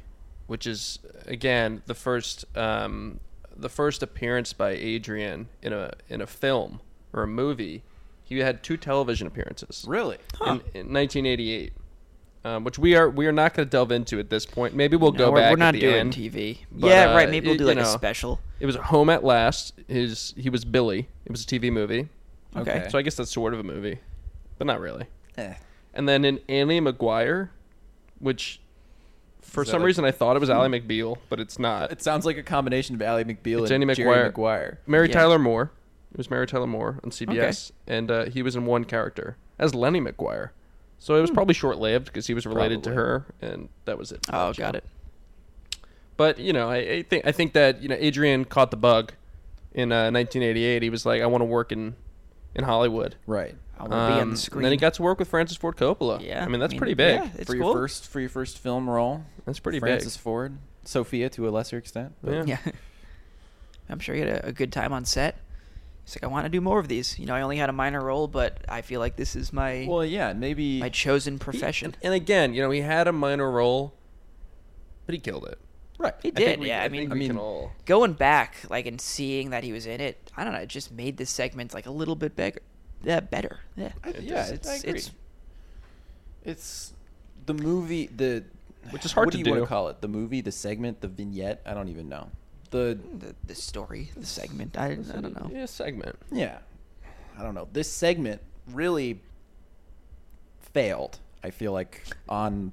Speaker 2: which is again the first um, the first appearance by Adrian in a in a film or a movie, he had two television appearances
Speaker 1: Really?
Speaker 2: in, in 1988, um, which we are we are not going to delve into at this point. Maybe we'll
Speaker 3: No,
Speaker 2: go
Speaker 3: we're,
Speaker 2: back.
Speaker 3: we're
Speaker 2: at
Speaker 3: not
Speaker 2: the
Speaker 3: doing
Speaker 2: end.
Speaker 3: TV.
Speaker 2: But,
Speaker 3: yeah,
Speaker 2: uh,
Speaker 3: right. Maybe we'll
Speaker 2: it-
Speaker 3: do
Speaker 2: you
Speaker 3: like a
Speaker 2: know,
Speaker 3: special.
Speaker 2: It was Home at Last. His he was Billy. It was a TV movie.
Speaker 3: Okay.
Speaker 1: Okay.
Speaker 2: So I guess that's sort of a movie, but not really.
Speaker 1: Eh.
Speaker 2: And then in Annie McGuire, which for
Speaker 1: Is that
Speaker 2: some
Speaker 1: like-
Speaker 2: reason I thought it was Ally McBeal, but it's not.
Speaker 1: It sounds like a combination of Ally McBeal
Speaker 2: It's
Speaker 1: and
Speaker 2: Andy
Speaker 1: Jerry
Speaker 2: McGuire.
Speaker 1: Maguire.
Speaker 2: Mary
Speaker 3: Yeah.
Speaker 2: Tyler Moore. It was Mary Tyler Moore on CBS, and uh, he was in one character as Lenny McGuire. So it was probably short lived because he was related to
Speaker 1: Probably.
Speaker 2: her, and that was it. for
Speaker 3: Hmm. Oh,
Speaker 2: that show.
Speaker 3: got it.
Speaker 2: But you know, I, I think I think that you know Adrian caught the bug in uh, 1988. He was like, I want to work in in Hollywood.
Speaker 1: Right.
Speaker 3: I want to be on
Speaker 2: Um,
Speaker 3: the screen.
Speaker 2: And then he got to work with Francis Ford Coppola.
Speaker 3: Yeah,
Speaker 2: I mean that's
Speaker 3: I mean,
Speaker 2: pretty big.
Speaker 3: yeah, it's
Speaker 1: for
Speaker 3: cool.
Speaker 1: your first for your first film role.
Speaker 2: That's pretty big.
Speaker 1: Francis Ford, Sophia to a lesser extent. but-
Speaker 2: Yeah.
Speaker 3: Yeah. I'm sure he had a, a good time on set. He's like, I want to do more of these. You know, I only had a minor role, but I feel like this is my
Speaker 1: Well, yeah, maybe
Speaker 3: my chosen
Speaker 2: He-
Speaker 3: profession.
Speaker 2: and, and again, you know, he had a minor role, but he killed it.
Speaker 1: right.
Speaker 3: He
Speaker 2: I think
Speaker 3: did,
Speaker 2: we-
Speaker 3: yeah. I
Speaker 2: think
Speaker 3: mean,
Speaker 1: I
Speaker 2: we can
Speaker 1: mean-
Speaker 2: all-
Speaker 3: going back, like, and seeing that he was in it, I don't know. It just made this segment like a little bit bigger, yeah, better. Yeah,
Speaker 1: I,
Speaker 2: It
Speaker 1: yeah,
Speaker 2: does.
Speaker 1: it's,
Speaker 3: I agree.
Speaker 1: it's it's the movie the
Speaker 2: Which is hard
Speaker 1: what
Speaker 2: to
Speaker 1: do. You want
Speaker 2: do.
Speaker 1: to call it the movie, the segment, the vignette? I don't even know. The
Speaker 3: the, the story, the segment. I, I
Speaker 2: It's a-
Speaker 3: don't know.
Speaker 2: Yeah, segment.
Speaker 1: yeah, I don't know. This segment really failed. I feel like on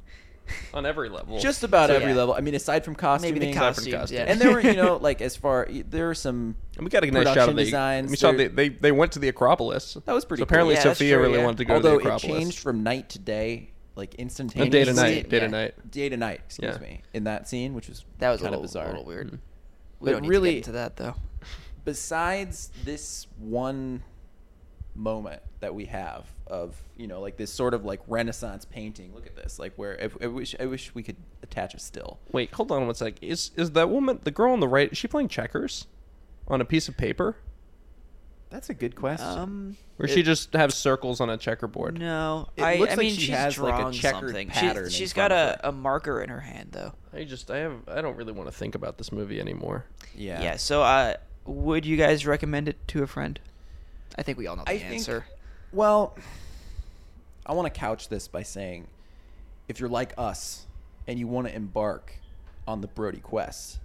Speaker 2: On every level.
Speaker 1: just about
Speaker 3: So,
Speaker 1: every
Speaker 3: yeah.
Speaker 1: level. I mean, aside from costuming,
Speaker 3: Maybe the
Speaker 2: Aside from
Speaker 3: costumes,
Speaker 2: costume.
Speaker 3: yeah.
Speaker 1: and there were you know like as far there are some
Speaker 2: and we got a nice shot
Speaker 1: production
Speaker 2: of the
Speaker 1: designs,
Speaker 2: We saw
Speaker 1: they're-
Speaker 2: they, they they went to the Acropolis.
Speaker 1: That was pretty
Speaker 2: So apparently
Speaker 3: cool. Yeah, that's
Speaker 2: Sophia
Speaker 3: true,
Speaker 2: really
Speaker 3: yeah.
Speaker 2: wanted to go
Speaker 1: Although
Speaker 2: to the Acropolis.
Speaker 1: it changed from night to day, like
Speaker 2: From
Speaker 1: instantaneously.
Speaker 2: day to
Speaker 3: We've
Speaker 2: night,
Speaker 3: seen-
Speaker 2: day
Speaker 3: yeah.
Speaker 2: to night.
Speaker 1: Day to night, excuse
Speaker 2: Yeah.
Speaker 1: me. In that scene, which was
Speaker 3: that was a
Speaker 1: kind
Speaker 3: little,
Speaker 1: of bizarre. Hmm.
Speaker 3: a little weird.
Speaker 2: Mhm.
Speaker 3: We
Speaker 1: But
Speaker 3: don't need
Speaker 1: really-
Speaker 3: to get into that though.
Speaker 1: Besides this one moment that we have of you know like this sort of like Renaissance painting. Look at this, like where if, I wish I wish we could attach a still.
Speaker 2: Wait, hold on one sec. Is is that woman the girl on the right? Is she playing checkers on a piece of paper?
Speaker 1: That's a good question.
Speaker 3: Um,
Speaker 2: Or she just have circles on a checkerboard.
Speaker 3: no,
Speaker 1: It
Speaker 3: I,
Speaker 1: looks
Speaker 3: I
Speaker 1: like
Speaker 3: mean
Speaker 1: she
Speaker 3: she's
Speaker 1: has, like, a
Speaker 3: drawing
Speaker 1: checkered
Speaker 3: something.
Speaker 1: pattern in
Speaker 3: She's, she's got
Speaker 1: front of
Speaker 3: a, a marker in her hand though.
Speaker 2: I just I have I don't really want to think about this movie anymore.
Speaker 1: yeah.
Speaker 3: Yeah. So, uh, would you guys recommend it to a friend? I think we all know the
Speaker 1: I think-
Speaker 3: answer.
Speaker 1: Well, I want to couch this by saying if you're like us and you want to embark on the Brody quest,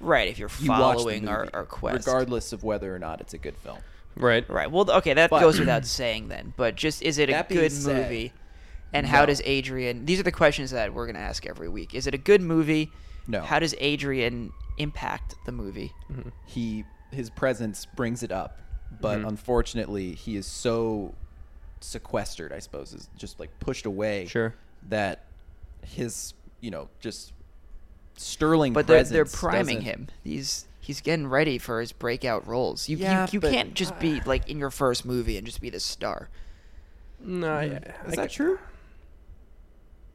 Speaker 3: Right. If you're
Speaker 1: you watch the
Speaker 3: Mm-hmm. following our,
Speaker 1: movie,
Speaker 3: our quest.
Speaker 1: regardless of whether or not it's a good film.
Speaker 2: Right.
Speaker 3: Right. Well, okay, that
Speaker 1: But-
Speaker 3: goes without saying then. But just is it a
Speaker 1: That being
Speaker 3: good
Speaker 1: said,
Speaker 3: movie? And how
Speaker 1: no.
Speaker 3: does Adrian? These are the questions that we're going to ask every week. Is it a good movie?
Speaker 1: No. Mm-hmm.
Speaker 3: How does Adrian impact the movie?
Speaker 1: he his presence brings it up but
Speaker 3: Mm-hmm.
Speaker 1: unfortunately he is so sequestered i suppose is just like pushed away
Speaker 2: Sure.
Speaker 1: that his you know just sterling
Speaker 3: But they're, they're
Speaker 1: presence
Speaker 3: priming
Speaker 1: doesn't-
Speaker 3: him. He's he's getting ready for his breakout roles. You
Speaker 1: Yeah,
Speaker 3: you, you
Speaker 1: but-
Speaker 3: can't just be like in your first movie and just be the star.
Speaker 2: No. I,
Speaker 1: is that true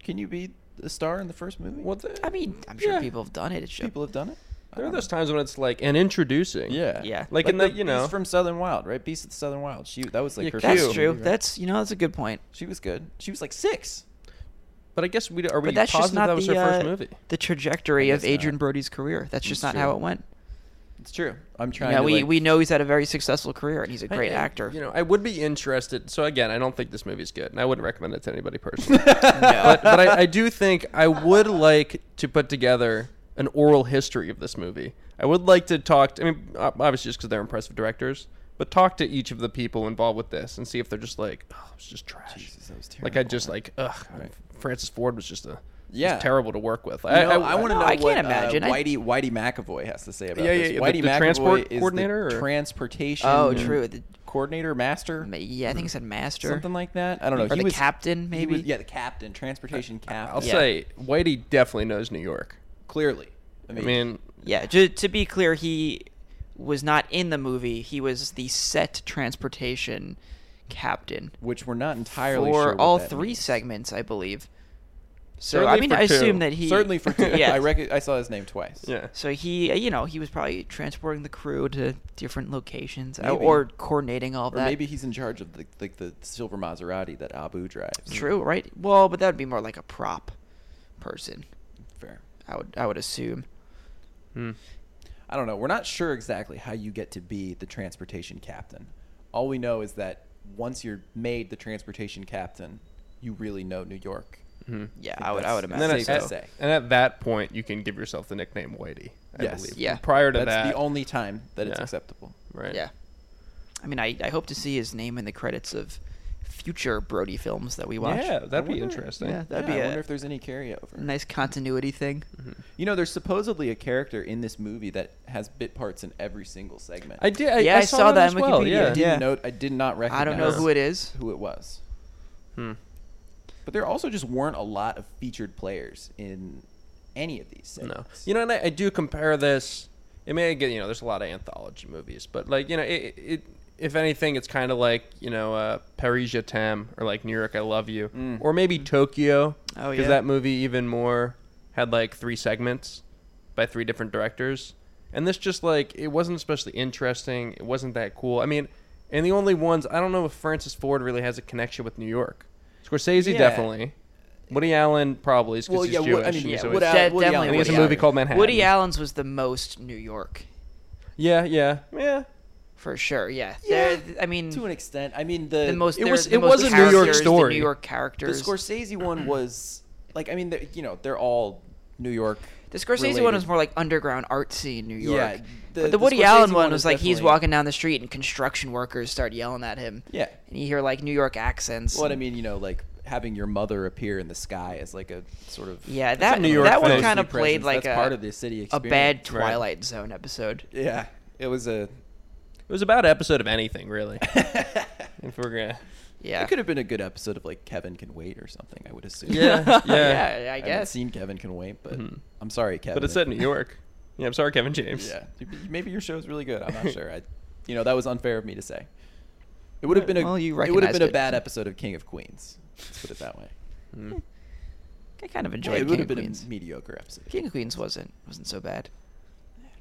Speaker 1: can you be a star in the first movie
Speaker 2: What the,
Speaker 3: I mean, I'm sure
Speaker 2: Yeah.
Speaker 3: people have done it. It's just,
Speaker 1: people have done it I
Speaker 2: there are
Speaker 1: don't
Speaker 2: those times when it's like and introducing.
Speaker 1: know. yeah
Speaker 3: Yeah.
Speaker 2: Like in the-
Speaker 1: the-
Speaker 2: you know.
Speaker 1: he's from southern wild right beast of the southern wild she that was like
Speaker 2: Yeah,
Speaker 1: her
Speaker 3: that's
Speaker 1: first
Speaker 2: Cute.
Speaker 3: true.
Speaker 1: movie, right?
Speaker 3: That's you know that's a good point.
Speaker 1: she was good she was like six
Speaker 2: But I guess we are we
Speaker 3: but that's
Speaker 2: positive
Speaker 3: just not
Speaker 2: that was
Speaker 3: the
Speaker 2: her first
Speaker 3: uh,
Speaker 2: movie.
Speaker 3: the trajectory
Speaker 1: I
Speaker 3: of
Speaker 1: guess not.
Speaker 3: Adrian Brody's career. That's just
Speaker 1: That's
Speaker 3: not how
Speaker 1: true.
Speaker 3: it went.
Speaker 1: it's true i'm
Speaker 3: You
Speaker 1: trying
Speaker 3: know,
Speaker 1: to
Speaker 3: we
Speaker 1: like,
Speaker 3: we know he's had a very successful career and he's a great
Speaker 2: I- I-
Speaker 3: actor.
Speaker 2: You know, I would be interested. So again, I don't think this movie's good, and I wouldn't recommend it to anybody personally. But, but I, I do think I would like to put together an oral history of this movie. I would like to talk. To, I mean, ob- obviously, just because they're impressive directors, but talk to each of the people involved with this and see if they're just like, oh, it's just trash.
Speaker 1: Jesus, that was
Speaker 2: like I
Speaker 1: terrible.
Speaker 2: just like, ugh, Francis Ford was just a
Speaker 1: Yeah.
Speaker 2: yeah terrible to work with.
Speaker 1: You know, I, want to
Speaker 3: no,
Speaker 1: know
Speaker 3: I
Speaker 1: what
Speaker 3: can't imagine.
Speaker 1: Uh,
Speaker 3: I-
Speaker 1: Whitey Whitey McAvoy has to say about
Speaker 2: Yeah, yeah,
Speaker 1: this.
Speaker 2: yeah, the-
Speaker 1: Whitey
Speaker 2: the
Speaker 1: McAvoy
Speaker 2: transport
Speaker 1: is the
Speaker 2: coordinator, or-
Speaker 1: transportation.
Speaker 3: Oh, true. The-
Speaker 1: Coordinator, master,
Speaker 3: Ma- yeah, I think he said master.
Speaker 1: something like that. I don't know.
Speaker 3: Or
Speaker 1: he
Speaker 3: the
Speaker 1: was,
Speaker 3: captain,
Speaker 1: he was-
Speaker 3: maybe?
Speaker 1: yeah, the captain, transportation captain.
Speaker 2: I'll
Speaker 3: Yeah.
Speaker 2: say Whitey definitely knows New York.
Speaker 1: clearly.
Speaker 2: I mean,
Speaker 3: yeah, to, to be clear, he was not in the movie. He was the set transportation captain
Speaker 1: which we're not entirely
Speaker 3: for
Speaker 1: sure what
Speaker 3: all
Speaker 1: that
Speaker 3: three
Speaker 1: means.
Speaker 3: segments, I believe. So I
Speaker 2: Certainly
Speaker 3: mean,
Speaker 2: for
Speaker 3: I assume
Speaker 2: two.
Speaker 3: that he
Speaker 1: Certainly for two.
Speaker 3: yeah.
Speaker 1: I rec- I saw his name twice.
Speaker 2: yeah.
Speaker 3: so he, uh, you know, he was probably transporting the crew to different locations uh,
Speaker 1: Maybe.
Speaker 3: or coordinating all of
Speaker 1: Or
Speaker 3: that.
Speaker 1: maybe he's in charge of the like the silver Maserati that Abu drives.
Speaker 3: True, right? Well, but that would be more like a prop person.
Speaker 1: Fair.
Speaker 3: I would I would assume.
Speaker 2: Hmm.
Speaker 1: I don't know. We're not sure exactly how you get to be the transportation captain. All we know is that once you're made the transportation captain, you really know New York.
Speaker 3: Yeah,
Speaker 1: think
Speaker 3: I would I
Speaker 1: that's-
Speaker 3: would
Speaker 1: and
Speaker 2: And
Speaker 3: imagine.
Speaker 2: then
Speaker 1: Safe to
Speaker 2: at, at,
Speaker 3: so.
Speaker 1: say.
Speaker 2: and at that point, you can give yourself the nickname Whitey. I
Speaker 1: Yes.
Speaker 2: believe.
Speaker 3: Yeah.
Speaker 2: Prior to
Speaker 1: That's
Speaker 2: that,
Speaker 1: the only time that it's
Speaker 2: Yeah.
Speaker 1: acceptable.
Speaker 2: right?
Speaker 3: Yeah. I mean, I, I hope to see his name in the credits of future Brody films that we watch.
Speaker 2: Yeah, that'd be
Speaker 1: wonder-
Speaker 2: interesting.
Speaker 3: yeah, that'd
Speaker 1: Yeah,
Speaker 3: be
Speaker 1: I
Speaker 3: Mm. a
Speaker 1: wonder if there's any carryover.
Speaker 3: nice continuity thing.
Speaker 2: Mm-hmm.
Speaker 1: You know, there's supposedly a character in this movie that has bit parts in every single segment.
Speaker 2: I did. I,
Speaker 3: Yeah,
Speaker 2: I,
Speaker 3: I
Speaker 2: saw,
Speaker 3: saw that
Speaker 2: as
Speaker 3: on
Speaker 2: well.
Speaker 3: Wikipedia.
Speaker 2: Yeah.
Speaker 1: didn't
Speaker 3: yeah.
Speaker 1: note. I did not recognize.
Speaker 3: I don't know who it is.
Speaker 1: who it was.
Speaker 2: Hmm.
Speaker 1: But there also just weren't a lot of featured players in any of these.
Speaker 2: No.
Speaker 1: Segments.
Speaker 2: You know, and I, I do compare this. It may get you know. There's a lot of anthology movies, but like you know, it. it if anything, it's kind of like you know, uh, Paris Je t'aime or like New York, I love you,
Speaker 1: Mm.
Speaker 2: or maybe Tokyo.
Speaker 3: Oh,
Speaker 2: because
Speaker 3: yeah.
Speaker 2: that movie even more had like three segments by three different directors, and this just like it wasn't especially interesting. It wasn't that cool. I mean, and the only ones I don't know if Francis Ford really has a connection with New York. Scorsese
Speaker 1: Yeah.
Speaker 2: definitely. Woody Allen probably is 'cause
Speaker 1: Well,
Speaker 2: he's
Speaker 1: yeah,
Speaker 2: Jewish.
Speaker 1: Wood- I mean,
Speaker 2: and he's
Speaker 1: yeah,
Speaker 2: always-
Speaker 1: Wood Al-
Speaker 3: De-
Speaker 1: Woody
Speaker 3: definitely
Speaker 1: Allen.
Speaker 2: And he has a
Speaker 3: Woody
Speaker 2: movie
Speaker 3: Allen.
Speaker 2: called Manhattan.
Speaker 3: Woody Allen's was the most New York
Speaker 2: Yeah, yeah, yeah.
Speaker 3: for sure. Yeah,
Speaker 1: Yeah,
Speaker 3: There- I mean,
Speaker 1: to an
Speaker 3: the
Speaker 1: extent. I mean, the
Speaker 3: most
Speaker 2: it
Speaker 3: there-
Speaker 2: was-
Speaker 3: the
Speaker 2: it
Speaker 3: most
Speaker 2: was a New York
Speaker 3: characters, the
Speaker 2: story.
Speaker 3: New York
Speaker 1: the
Speaker 3: characters.
Speaker 1: Scorsese one was like I mean, they're- you know, they're all New York.
Speaker 3: The Scorsese one
Speaker 1: related.
Speaker 3: was more like underground art scene in New York.
Speaker 1: Yeah, the-
Speaker 3: the, but the
Speaker 1: the
Speaker 3: Woody
Speaker 1: Scorsese
Speaker 3: Allen one
Speaker 1: one
Speaker 3: was
Speaker 1: is
Speaker 3: like he's
Speaker 1: definitely-
Speaker 3: walking down the street and construction workers start yelling at him.
Speaker 1: Yeah.
Speaker 3: And you hear like New York accents.
Speaker 1: What I
Speaker 3: and-
Speaker 1: mean, you know, like having your mother appear in the sky as like a sort of
Speaker 3: Yeah,
Speaker 2: a
Speaker 3: that
Speaker 2: New York
Speaker 3: that one
Speaker 2: thing.
Speaker 3: kind of
Speaker 1: Mostly
Speaker 3: played
Speaker 1: presence.
Speaker 3: like
Speaker 1: That's
Speaker 3: a
Speaker 1: part of the city
Speaker 3: a
Speaker 1: experience,
Speaker 3: bad
Speaker 2: right?
Speaker 3: Twilight Zone episode.
Speaker 1: Yeah, it was a.
Speaker 2: It was about an episode of anything, really. if we're gonna.
Speaker 3: Yeah.
Speaker 1: It could have been a good episode of like Kevin Can Wait or something. I would assume.
Speaker 2: Yeah, yeah.
Speaker 3: I
Speaker 1: I haven't
Speaker 3: guess.
Speaker 1: seen Kevin Can Wait, but I'm sorry, Kevin.
Speaker 2: But it said New York. Yeah, I'm sorry, Kevin James.
Speaker 1: Yeah, maybe your show's really good. I'm not sure. I, you know, that was unfair of me to say. It would have been a.
Speaker 3: Well, you
Speaker 1: it would have
Speaker 3: recognized
Speaker 1: been
Speaker 3: it.
Speaker 1: a bad episode of King of Queens. Let's put it that way.
Speaker 3: I kind of
Speaker 1: it
Speaker 3: enjoyed
Speaker 1: would
Speaker 3: King
Speaker 1: have
Speaker 3: of
Speaker 1: been
Speaker 3: Queens.
Speaker 1: a mediocre episode.
Speaker 3: King of Queens wasn't wasn't so bad.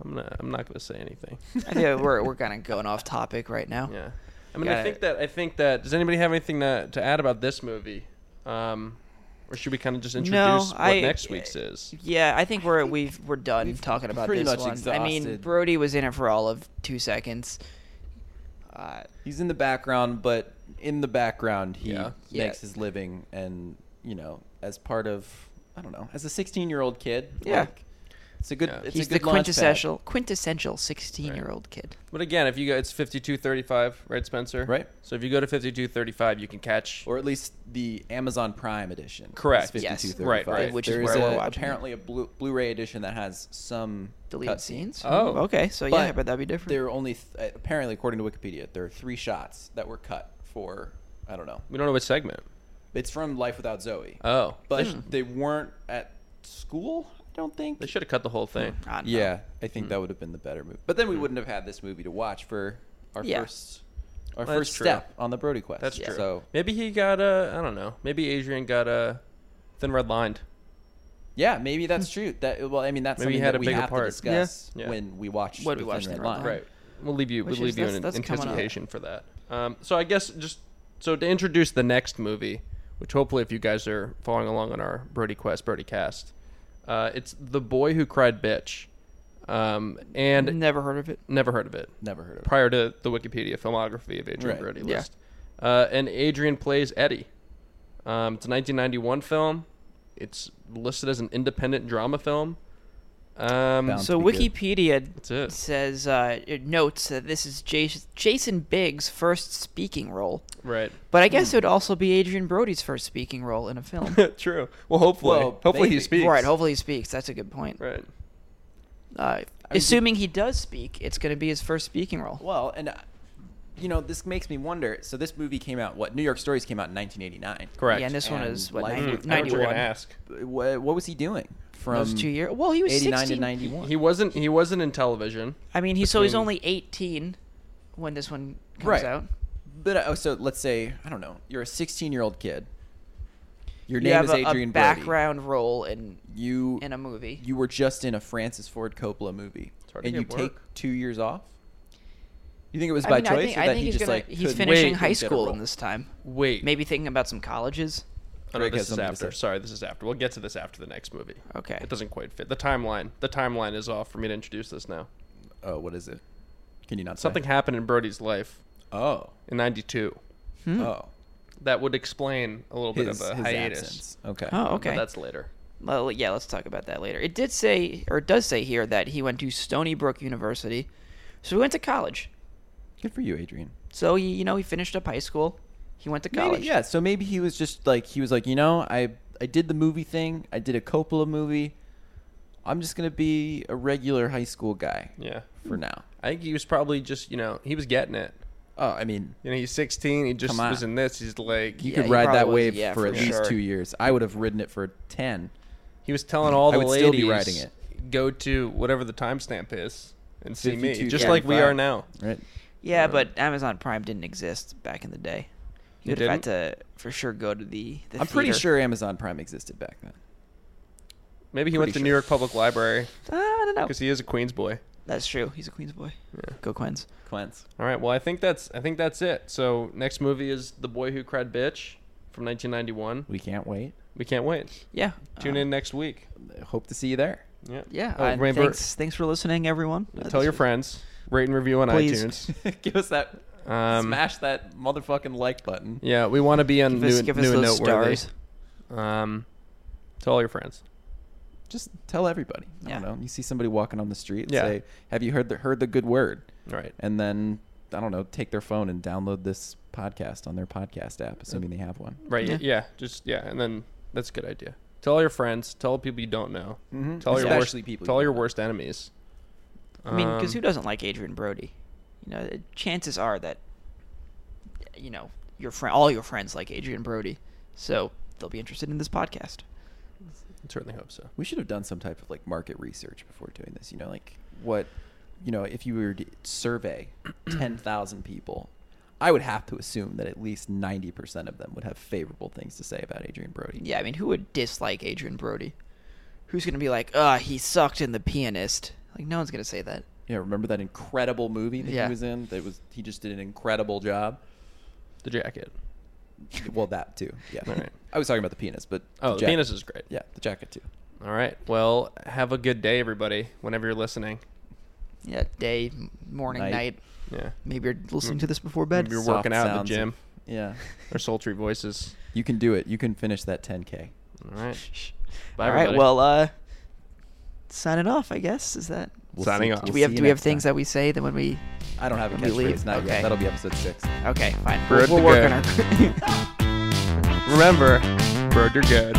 Speaker 2: I'm not. I'm not gonna say anything.
Speaker 3: I think we're we're kind of going off topic right now.
Speaker 2: Yeah. I mean, I
Speaker 3: Got
Speaker 2: think
Speaker 3: it.
Speaker 2: that I think that. Does anybody have anything to, to add about this movie, um, or should we kind of just introduce what
Speaker 3: I-
Speaker 2: next week's is?
Speaker 3: Yeah, I think we're we've we're done talking about
Speaker 1: pretty
Speaker 3: this
Speaker 1: much
Speaker 3: one. I mean,
Speaker 1: exhausted.
Speaker 3: Brody was in it for all of two seconds. Uh,
Speaker 1: He's in the background, but in the background, he
Speaker 2: Yeah.
Speaker 3: Yeah.
Speaker 1: makes his living, and you know, as part of, I don't know, as a 16 year old kid,
Speaker 3: Yeah.
Speaker 1: like, it's a good.
Speaker 2: Yeah.
Speaker 1: It's
Speaker 3: he's
Speaker 1: a good
Speaker 3: the quintessential quintessential sixteen year old kid.
Speaker 2: But again, if you go, it's fifty-two thirty-five, right, Spencer?
Speaker 1: Right.
Speaker 2: So if you go to fifty-two thirty-five, you can catch.
Speaker 1: launchpad. or at least the Amazon Prime edition. is
Speaker 2: Correct.
Speaker 3: Yes.
Speaker 1: 5235.
Speaker 2: Right, right.
Speaker 3: Which is
Speaker 1: There
Speaker 3: where
Speaker 1: a-
Speaker 3: we're watching it.
Speaker 1: apparently a Blu- Blu-ray edition that has some
Speaker 3: Deleted
Speaker 1: cutscenes.
Speaker 3: scenes.
Speaker 2: Oh.
Speaker 3: okay. So yeah, but that'd be different.
Speaker 1: There are only th- uh, apparently, according to Wikipedia, there are three shots that were cut for I don't know.
Speaker 2: We don't know which segment.
Speaker 1: It's from Life Without Zoe,
Speaker 2: Oh,
Speaker 1: but they weren't at school. I don't think.
Speaker 2: they should have cut the Hmm. whole thing.
Speaker 3: I don't know.
Speaker 1: Yeah, I think that would have been the better move. But then
Speaker 2: Hmm.
Speaker 1: we wouldn't have had this movie to watch for our
Speaker 3: Yeah.
Speaker 1: first our
Speaker 2: Well, that's
Speaker 1: first
Speaker 2: true.
Speaker 1: step on the Brody quest.
Speaker 2: That's
Speaker 3: Yeah.
Speaker 2: true.
Speaker 1: So
Speaker 2: maybe he got uh, I don't know. Maybe Adrian got uh, thin red lined.
Speaker 1: yeah, maybe that's true. That well, I mean, that's
Speaker 2: Hmm. Maybe he
Speaker 1: something
Speaker 2: had
Speaker 1: that
Speaker 2: a
Speaker 1: we
Speaker 2: bigger
Speaker 1: have
Speaker 2: part.
Speaker 1: to discuss
Speaker 2: Yeah. Yeah.
Speaker 1: when we watch
Speaker 3: When we
Speaker 1: The
Speaker 3: watch
Speaker 1: Thin
Speaker 3: The
Speaker 1: Red Line.
Speaker 3: Right.
Speaker 2: We'll leave you.
Speaker 3: Which
Speaker 2: we'll
Speaker 3: is-
Speaker 2: leave you
Speaker 3: that's-
Speaker 2: in
Speaker 3: that's coming up.
Speaker 2: anticipation for that. Um, so I guess just so to introduce the next movie, which hopefully, if you guys are following along on our Brody Quest Brody Cast, uh, it's The Boy Who Cried Bitch, um, and
Speaker 3: Never heard of it.
Speaker 2: never heard of it
Speaker 1: Never heard of. it.
Speaker 2: prior to the Wikipedia filmography of Adrian
Speaker 1: Right.
Speaker 2: Brody
Speaker 3: Yeah.
Speaker 2: list. Uh, and Adrian plays Eddie. Um, it's a 1991 film. It's listed as an independent drama film. Um,
Speaker 1: Bound.
Speaker 3: So
Speaker 1: pretty good.
Speaker 3: Wikipedia
Speaker 2: that's it.
Speaker 3: says uh, it notes that this is Jason, Jason Biggs' first speaking role,
Speaker 2: Right.
Speaker 3: but I guess
Speaker 1: Hmm.
Speaker 3: it would also be Adrian Brody's first speaking role in a film.
Speaker 2: True. Well, hopefully,
Speaker 1: Well,
Speaker 2: hopefully he
Speaker 1: maybe.
Speaker 2: speaks.
Speaker 3: Right. Hopefully he speaks. That's a good point.
Speaker 2: Right.
Speaker 3: Uh, assuming he does speak, it's going to be his first speaking role.
Speaker 1: Well, and uh, you know, this makes me wonder. So this movie came out. What New York Stories came out in 1989.
Speaker 2: Correct.
Speaker 3: Yeah, and this one
Speaker 1: And
Speaker 3: is what
Speaker 1: Life
Speaker 3: ninety-
Speaker 1: with-
Speaker 2: Hmm. I thought you were gonna
Speaker 3: 91.
Speaker 2: ask.
Speaker 1: What, what was he doing from
Speaker 3: Those two years. Well, he was
Speaker 1: 89
Speaker 3: sixteen.
Speaker 1: to 91?
Speaker 2: He wasn't. He wasn't in television.
Speaker 3: I mean, he so he's
Speaker 2: between-
Speaker 3: only eighteen when this one comes
Speaker 1: Right.
Speaker 3: out.
Speaker 1: But uh, oh, so let's say I don't know. You're a 16 year old kid. Your
Speaker 3: you
Speaker 1: name
Speaker 3: have
Speaker 1: is
Speaker 3: a,
Speaker 1: Adrian
Speaker 3: a
Speaker 1: Brody.
Speaker 3: background role in
Speaker 1: You
Speaker 3: in a movie.
Speaker 1: you were just in a Francis Ford Coppola movie,
Speaker 2: It's hard to
Speaker 1: and you
Speaker 2: get
Speaker 1: take
Speaker 2: work.
Speaker 1: two years off. You think it was
Speaker 3: I
Speaker 1: by
Speaker 3: mean, I
Speaker 1: choice,
Speaker 3: think,
Speaker 1: or
Speaker 3: I
Speaker 1: that
Speaker 3: think
Speaker 1: he
Speaker 3: he's
Speaker 1: just
Speaker 3: gonna,
Speaker 1: like
Speaker 3: he's
Speaker 1: couldn't-
Speaker 3: finishing
Speaker 1: couldn't
Speaker 3: high
Speaker 1: get a
Speaker 3: school
Speaker 1: role?
Speaker 3: in this time.
Speaker 2: Wait.
Speaker 3: Maybe thinking about some colleges.
Speaker 2: Oh, no,
Speaker 1: Greg has
Speaker 2: this is
Speaker 1: something to
Speaker 2: after.
Speaker 1: say.
Speaker 2: Sorry, this is after. We'll get to this after the next movie.
Speaker 3: Okay.
Speaker 2: It doesn't quite fit. The timeline. The timeline is off for me to introduce this now.
Speaker 1: Oh, what is it? Can you not say?
Speaker 2: Something happened in Brody's life
Speaker 1: Oh,
Speaker 2: in '92
Speaker 3: Hmm?
Speaker 1: oh,
Speaker 2: that would explain a little
Speaker 1: his,
Speaker 2: bit of a
Speaker 1: his
Speaker 2: hiatus.
Speaker 1: absence. Okay.
Speaker 3: Oh,
Speaker 2: But
Speaker 3: okay.
Speaker 2: that's later.
Speaker 3: Well, yeah, let's talk about that later. It did say, or it does say here, that he went to Stony Brook University. So he went to college.
Speaker 1: Good for you, Adrian.
Speaker 3: So, he, you know, he finished up high school. He went to college.
Speaker 1: Maybe, yeah. So maybe he was just like he was like, you know, I I did the movie thing. I did a Coppola movie. I'm just gonna be a regular high school guy
Speaker 2: Yeah.
Speaker 1: for
Speaker 3: Hmm.
Speaker 1: now.
Speaker 2: I think he was probably just you know he was getting it.
Speaker 1: Oh, I mean,
Speaker 2: You know he's 16. He just
Speaker 1: Come on.
Speaker 2: was in this. He's like
Speaker 1: you
Speaker 3: Yeah,
Speaker 1: could
Speaker 3: he
Speaker 1: ride that
Speaker 3: probably-
Speaker 1: wave
Speaker 3: yeah,
Speaker 1: for,
Speaker 3: for
Speaker 1: at least
Speaker 2: sure.
Speaker 1: two years. I would have ridden it for ten.
Speaker 2: He was telling all
Speaker 1: I
Speaker 2: the
Speaker 1: would
Speaker 2: ladies
Speaker 1: still be riding
Speaker 2: go to whatever the timestamp is and see me,
Speaker 1: 52,
Speaker 2: just like we
Speaker 1: 45.
Speaker 2: are now.
Speaker 1: Right?
Speaker 3: Yeah, but Amazon Prime didn't exist back in the day. You
Speaker 2: It
Speaker 3: would have had to, for sure, go to the. the
Speaker 1: I'm pretty
Speaker 3: theater.
Speaker 1: sure Amazon Prime existed back then.
Speaker 2: Maybe he went to
Speaker 1: Pretty
Speaker 2: New
Speaker 1: sure.
Speaker 2: York Public Library
Speaker 3: Ah, I don't know.
Speaker 2: because he is a Queens boy.
Speaker 3: That's true. He's a Queens boy. Go Queens.
Speaker 1: Cleanse.
Speaker 2: All right, well I think that's I think that's it. So next movie is The Boy Who Cried Bitch from 1991.
Speaker 1: We can't wait.
Speaker 2: We can't wait.
Speaker 3: Yeah.
Speaker 2: Tune
Speaker 3: uh,
Speaker 2: in next week.
Speaker 1: Hope to see you there.
Speaker 2: Yeah.
Speaker 3: Yeah.
Speaker 2: Oh,
Speaker 3: uh,
Speaker 2: remember-
Speaker 3: thanks, thanks for listening, everyone. Uh,
Speaker 2: Tell
Speaker 3: this
Speaker 2: your
Speaker 3: was-
Speaker 2: friends. Rate and review on
Speaker 3: Please.
Speaker 2: iTunes.
Speaker 1: Give us that.
Speaker 2: Um,
Speaker 1: smash that motherfucking like button.
Speaker 2: Yeah, we want to be on
Speaker 3: Give
Speaker 2: new,
Speaker 3: us, give us
Speaker 2: new and
Speaker 3: those
Speaker 2: noteworthy.
Speaker 3: stars.
Speaker 2: Um, tell all your friends.
Speaker 1: Just tell everybody. I
Speaker 3: Yeah.
Speaker 1: don't know. You see somebody walking on the street,
Speaker 2: Yeah.
Speaker 1: say, "Have you heard the heard the good word?"
Speaker 2: All right.
Speaker 1: and then I don't know, take their phone and download this podcast on their podcast app, assuming they have one.
Speaker 2: Right. Yeah.
Speaker 3: Yeah.
Speaker 2: Just yeah, and then that's a good idea. Tell all your friends. Tell people you don't know.
Speaker 1: Mhm.
Speaker 2: Tell all your worst.
Speaker 1: Especially people you
Speaker 2: Tell all
Speaker 1: don't
Speaker 2: your
Speaker 1: know.
Speaker 2: worst enemies.
Speaker 3: I mean, because who
Speaker 2: Um,
Speaker 3: doesn't like Adrian Brody? You know, chances are that you know your friend, all your friends like Adrian Brody, so they'll be interested in this podcast.
Speaker 2: I certainly hope so.
Speaker 1: We should have done some type of like market research before doing this. You know, like what, you know, if you were to survey ten thousand people, I would have to assume that at least ninety percent of them would have favorable things to say about Adrian Brody.
Speaker 3: Yeah, I mean, who would dislike Adrian Brody? Who's gonna be like, ah, he sucked in the pianist? Like no one's gonna say that.
Speaker 1: Yeah, remember that incredible movie that
Speaker 3: Yeah.
Speaker 1: he was in? That was he just did an incredible job.
Speaker 2: The jacket.
Speaker 1: Well, that too. Yeah.
Speaker 2: All right.
Speaker 1: I was talking about the penis, but
Speaker 2: Oh, the
Speaker 1: jacket-
Speaker 2: penis is great.
Speaker 1: Yeah, the jacket too.
Speaker 2: All right. Well, have a good day, everybody. Whenever you're listening.
Speaker 3: Yeah, day, m- morning,
Speaker 1: Night.
Speaker 3: night.
Speaker 2: Yeah.
Speaker 3: Maybe you're listening to this before bed.
Speaker 2: Mm. Maybe you're
Speaker 1: Soft
Speaker 2: working out in the
Speaker 1: sounds
Speaker 2: gym.
Speaker 1: of- yeah.
Speaker 2: Our sultry voices.
Speaker 1: You can do it. You can finish that 10k.
Speaker 2: All right. Bye,
Speaker 3: All right.
Speaker 2: everybody.
Speaker 3: Well, uh, signing off. I guess is that.
Speaker 2: Signing off.
Speaker 3: Do
Speaker 2: We'll
Speaker 3: we have Do we have things that we say that when we?
Speaker 1: I don't have a
Speaker 3: when we leave?
Speaker 1: catchphrase. Not
Speaker 3: Okay.
Speaker 1: yet. That'll be episode six.
Speaker 3: Okay, fine.
Speaker 2: We're
Speaker 3: We'll,
Speaker 2: good
Speaker 3: we'll
Speaker 2: to
Speaker 3: work on our.
Speaker 2: remember, road you're good.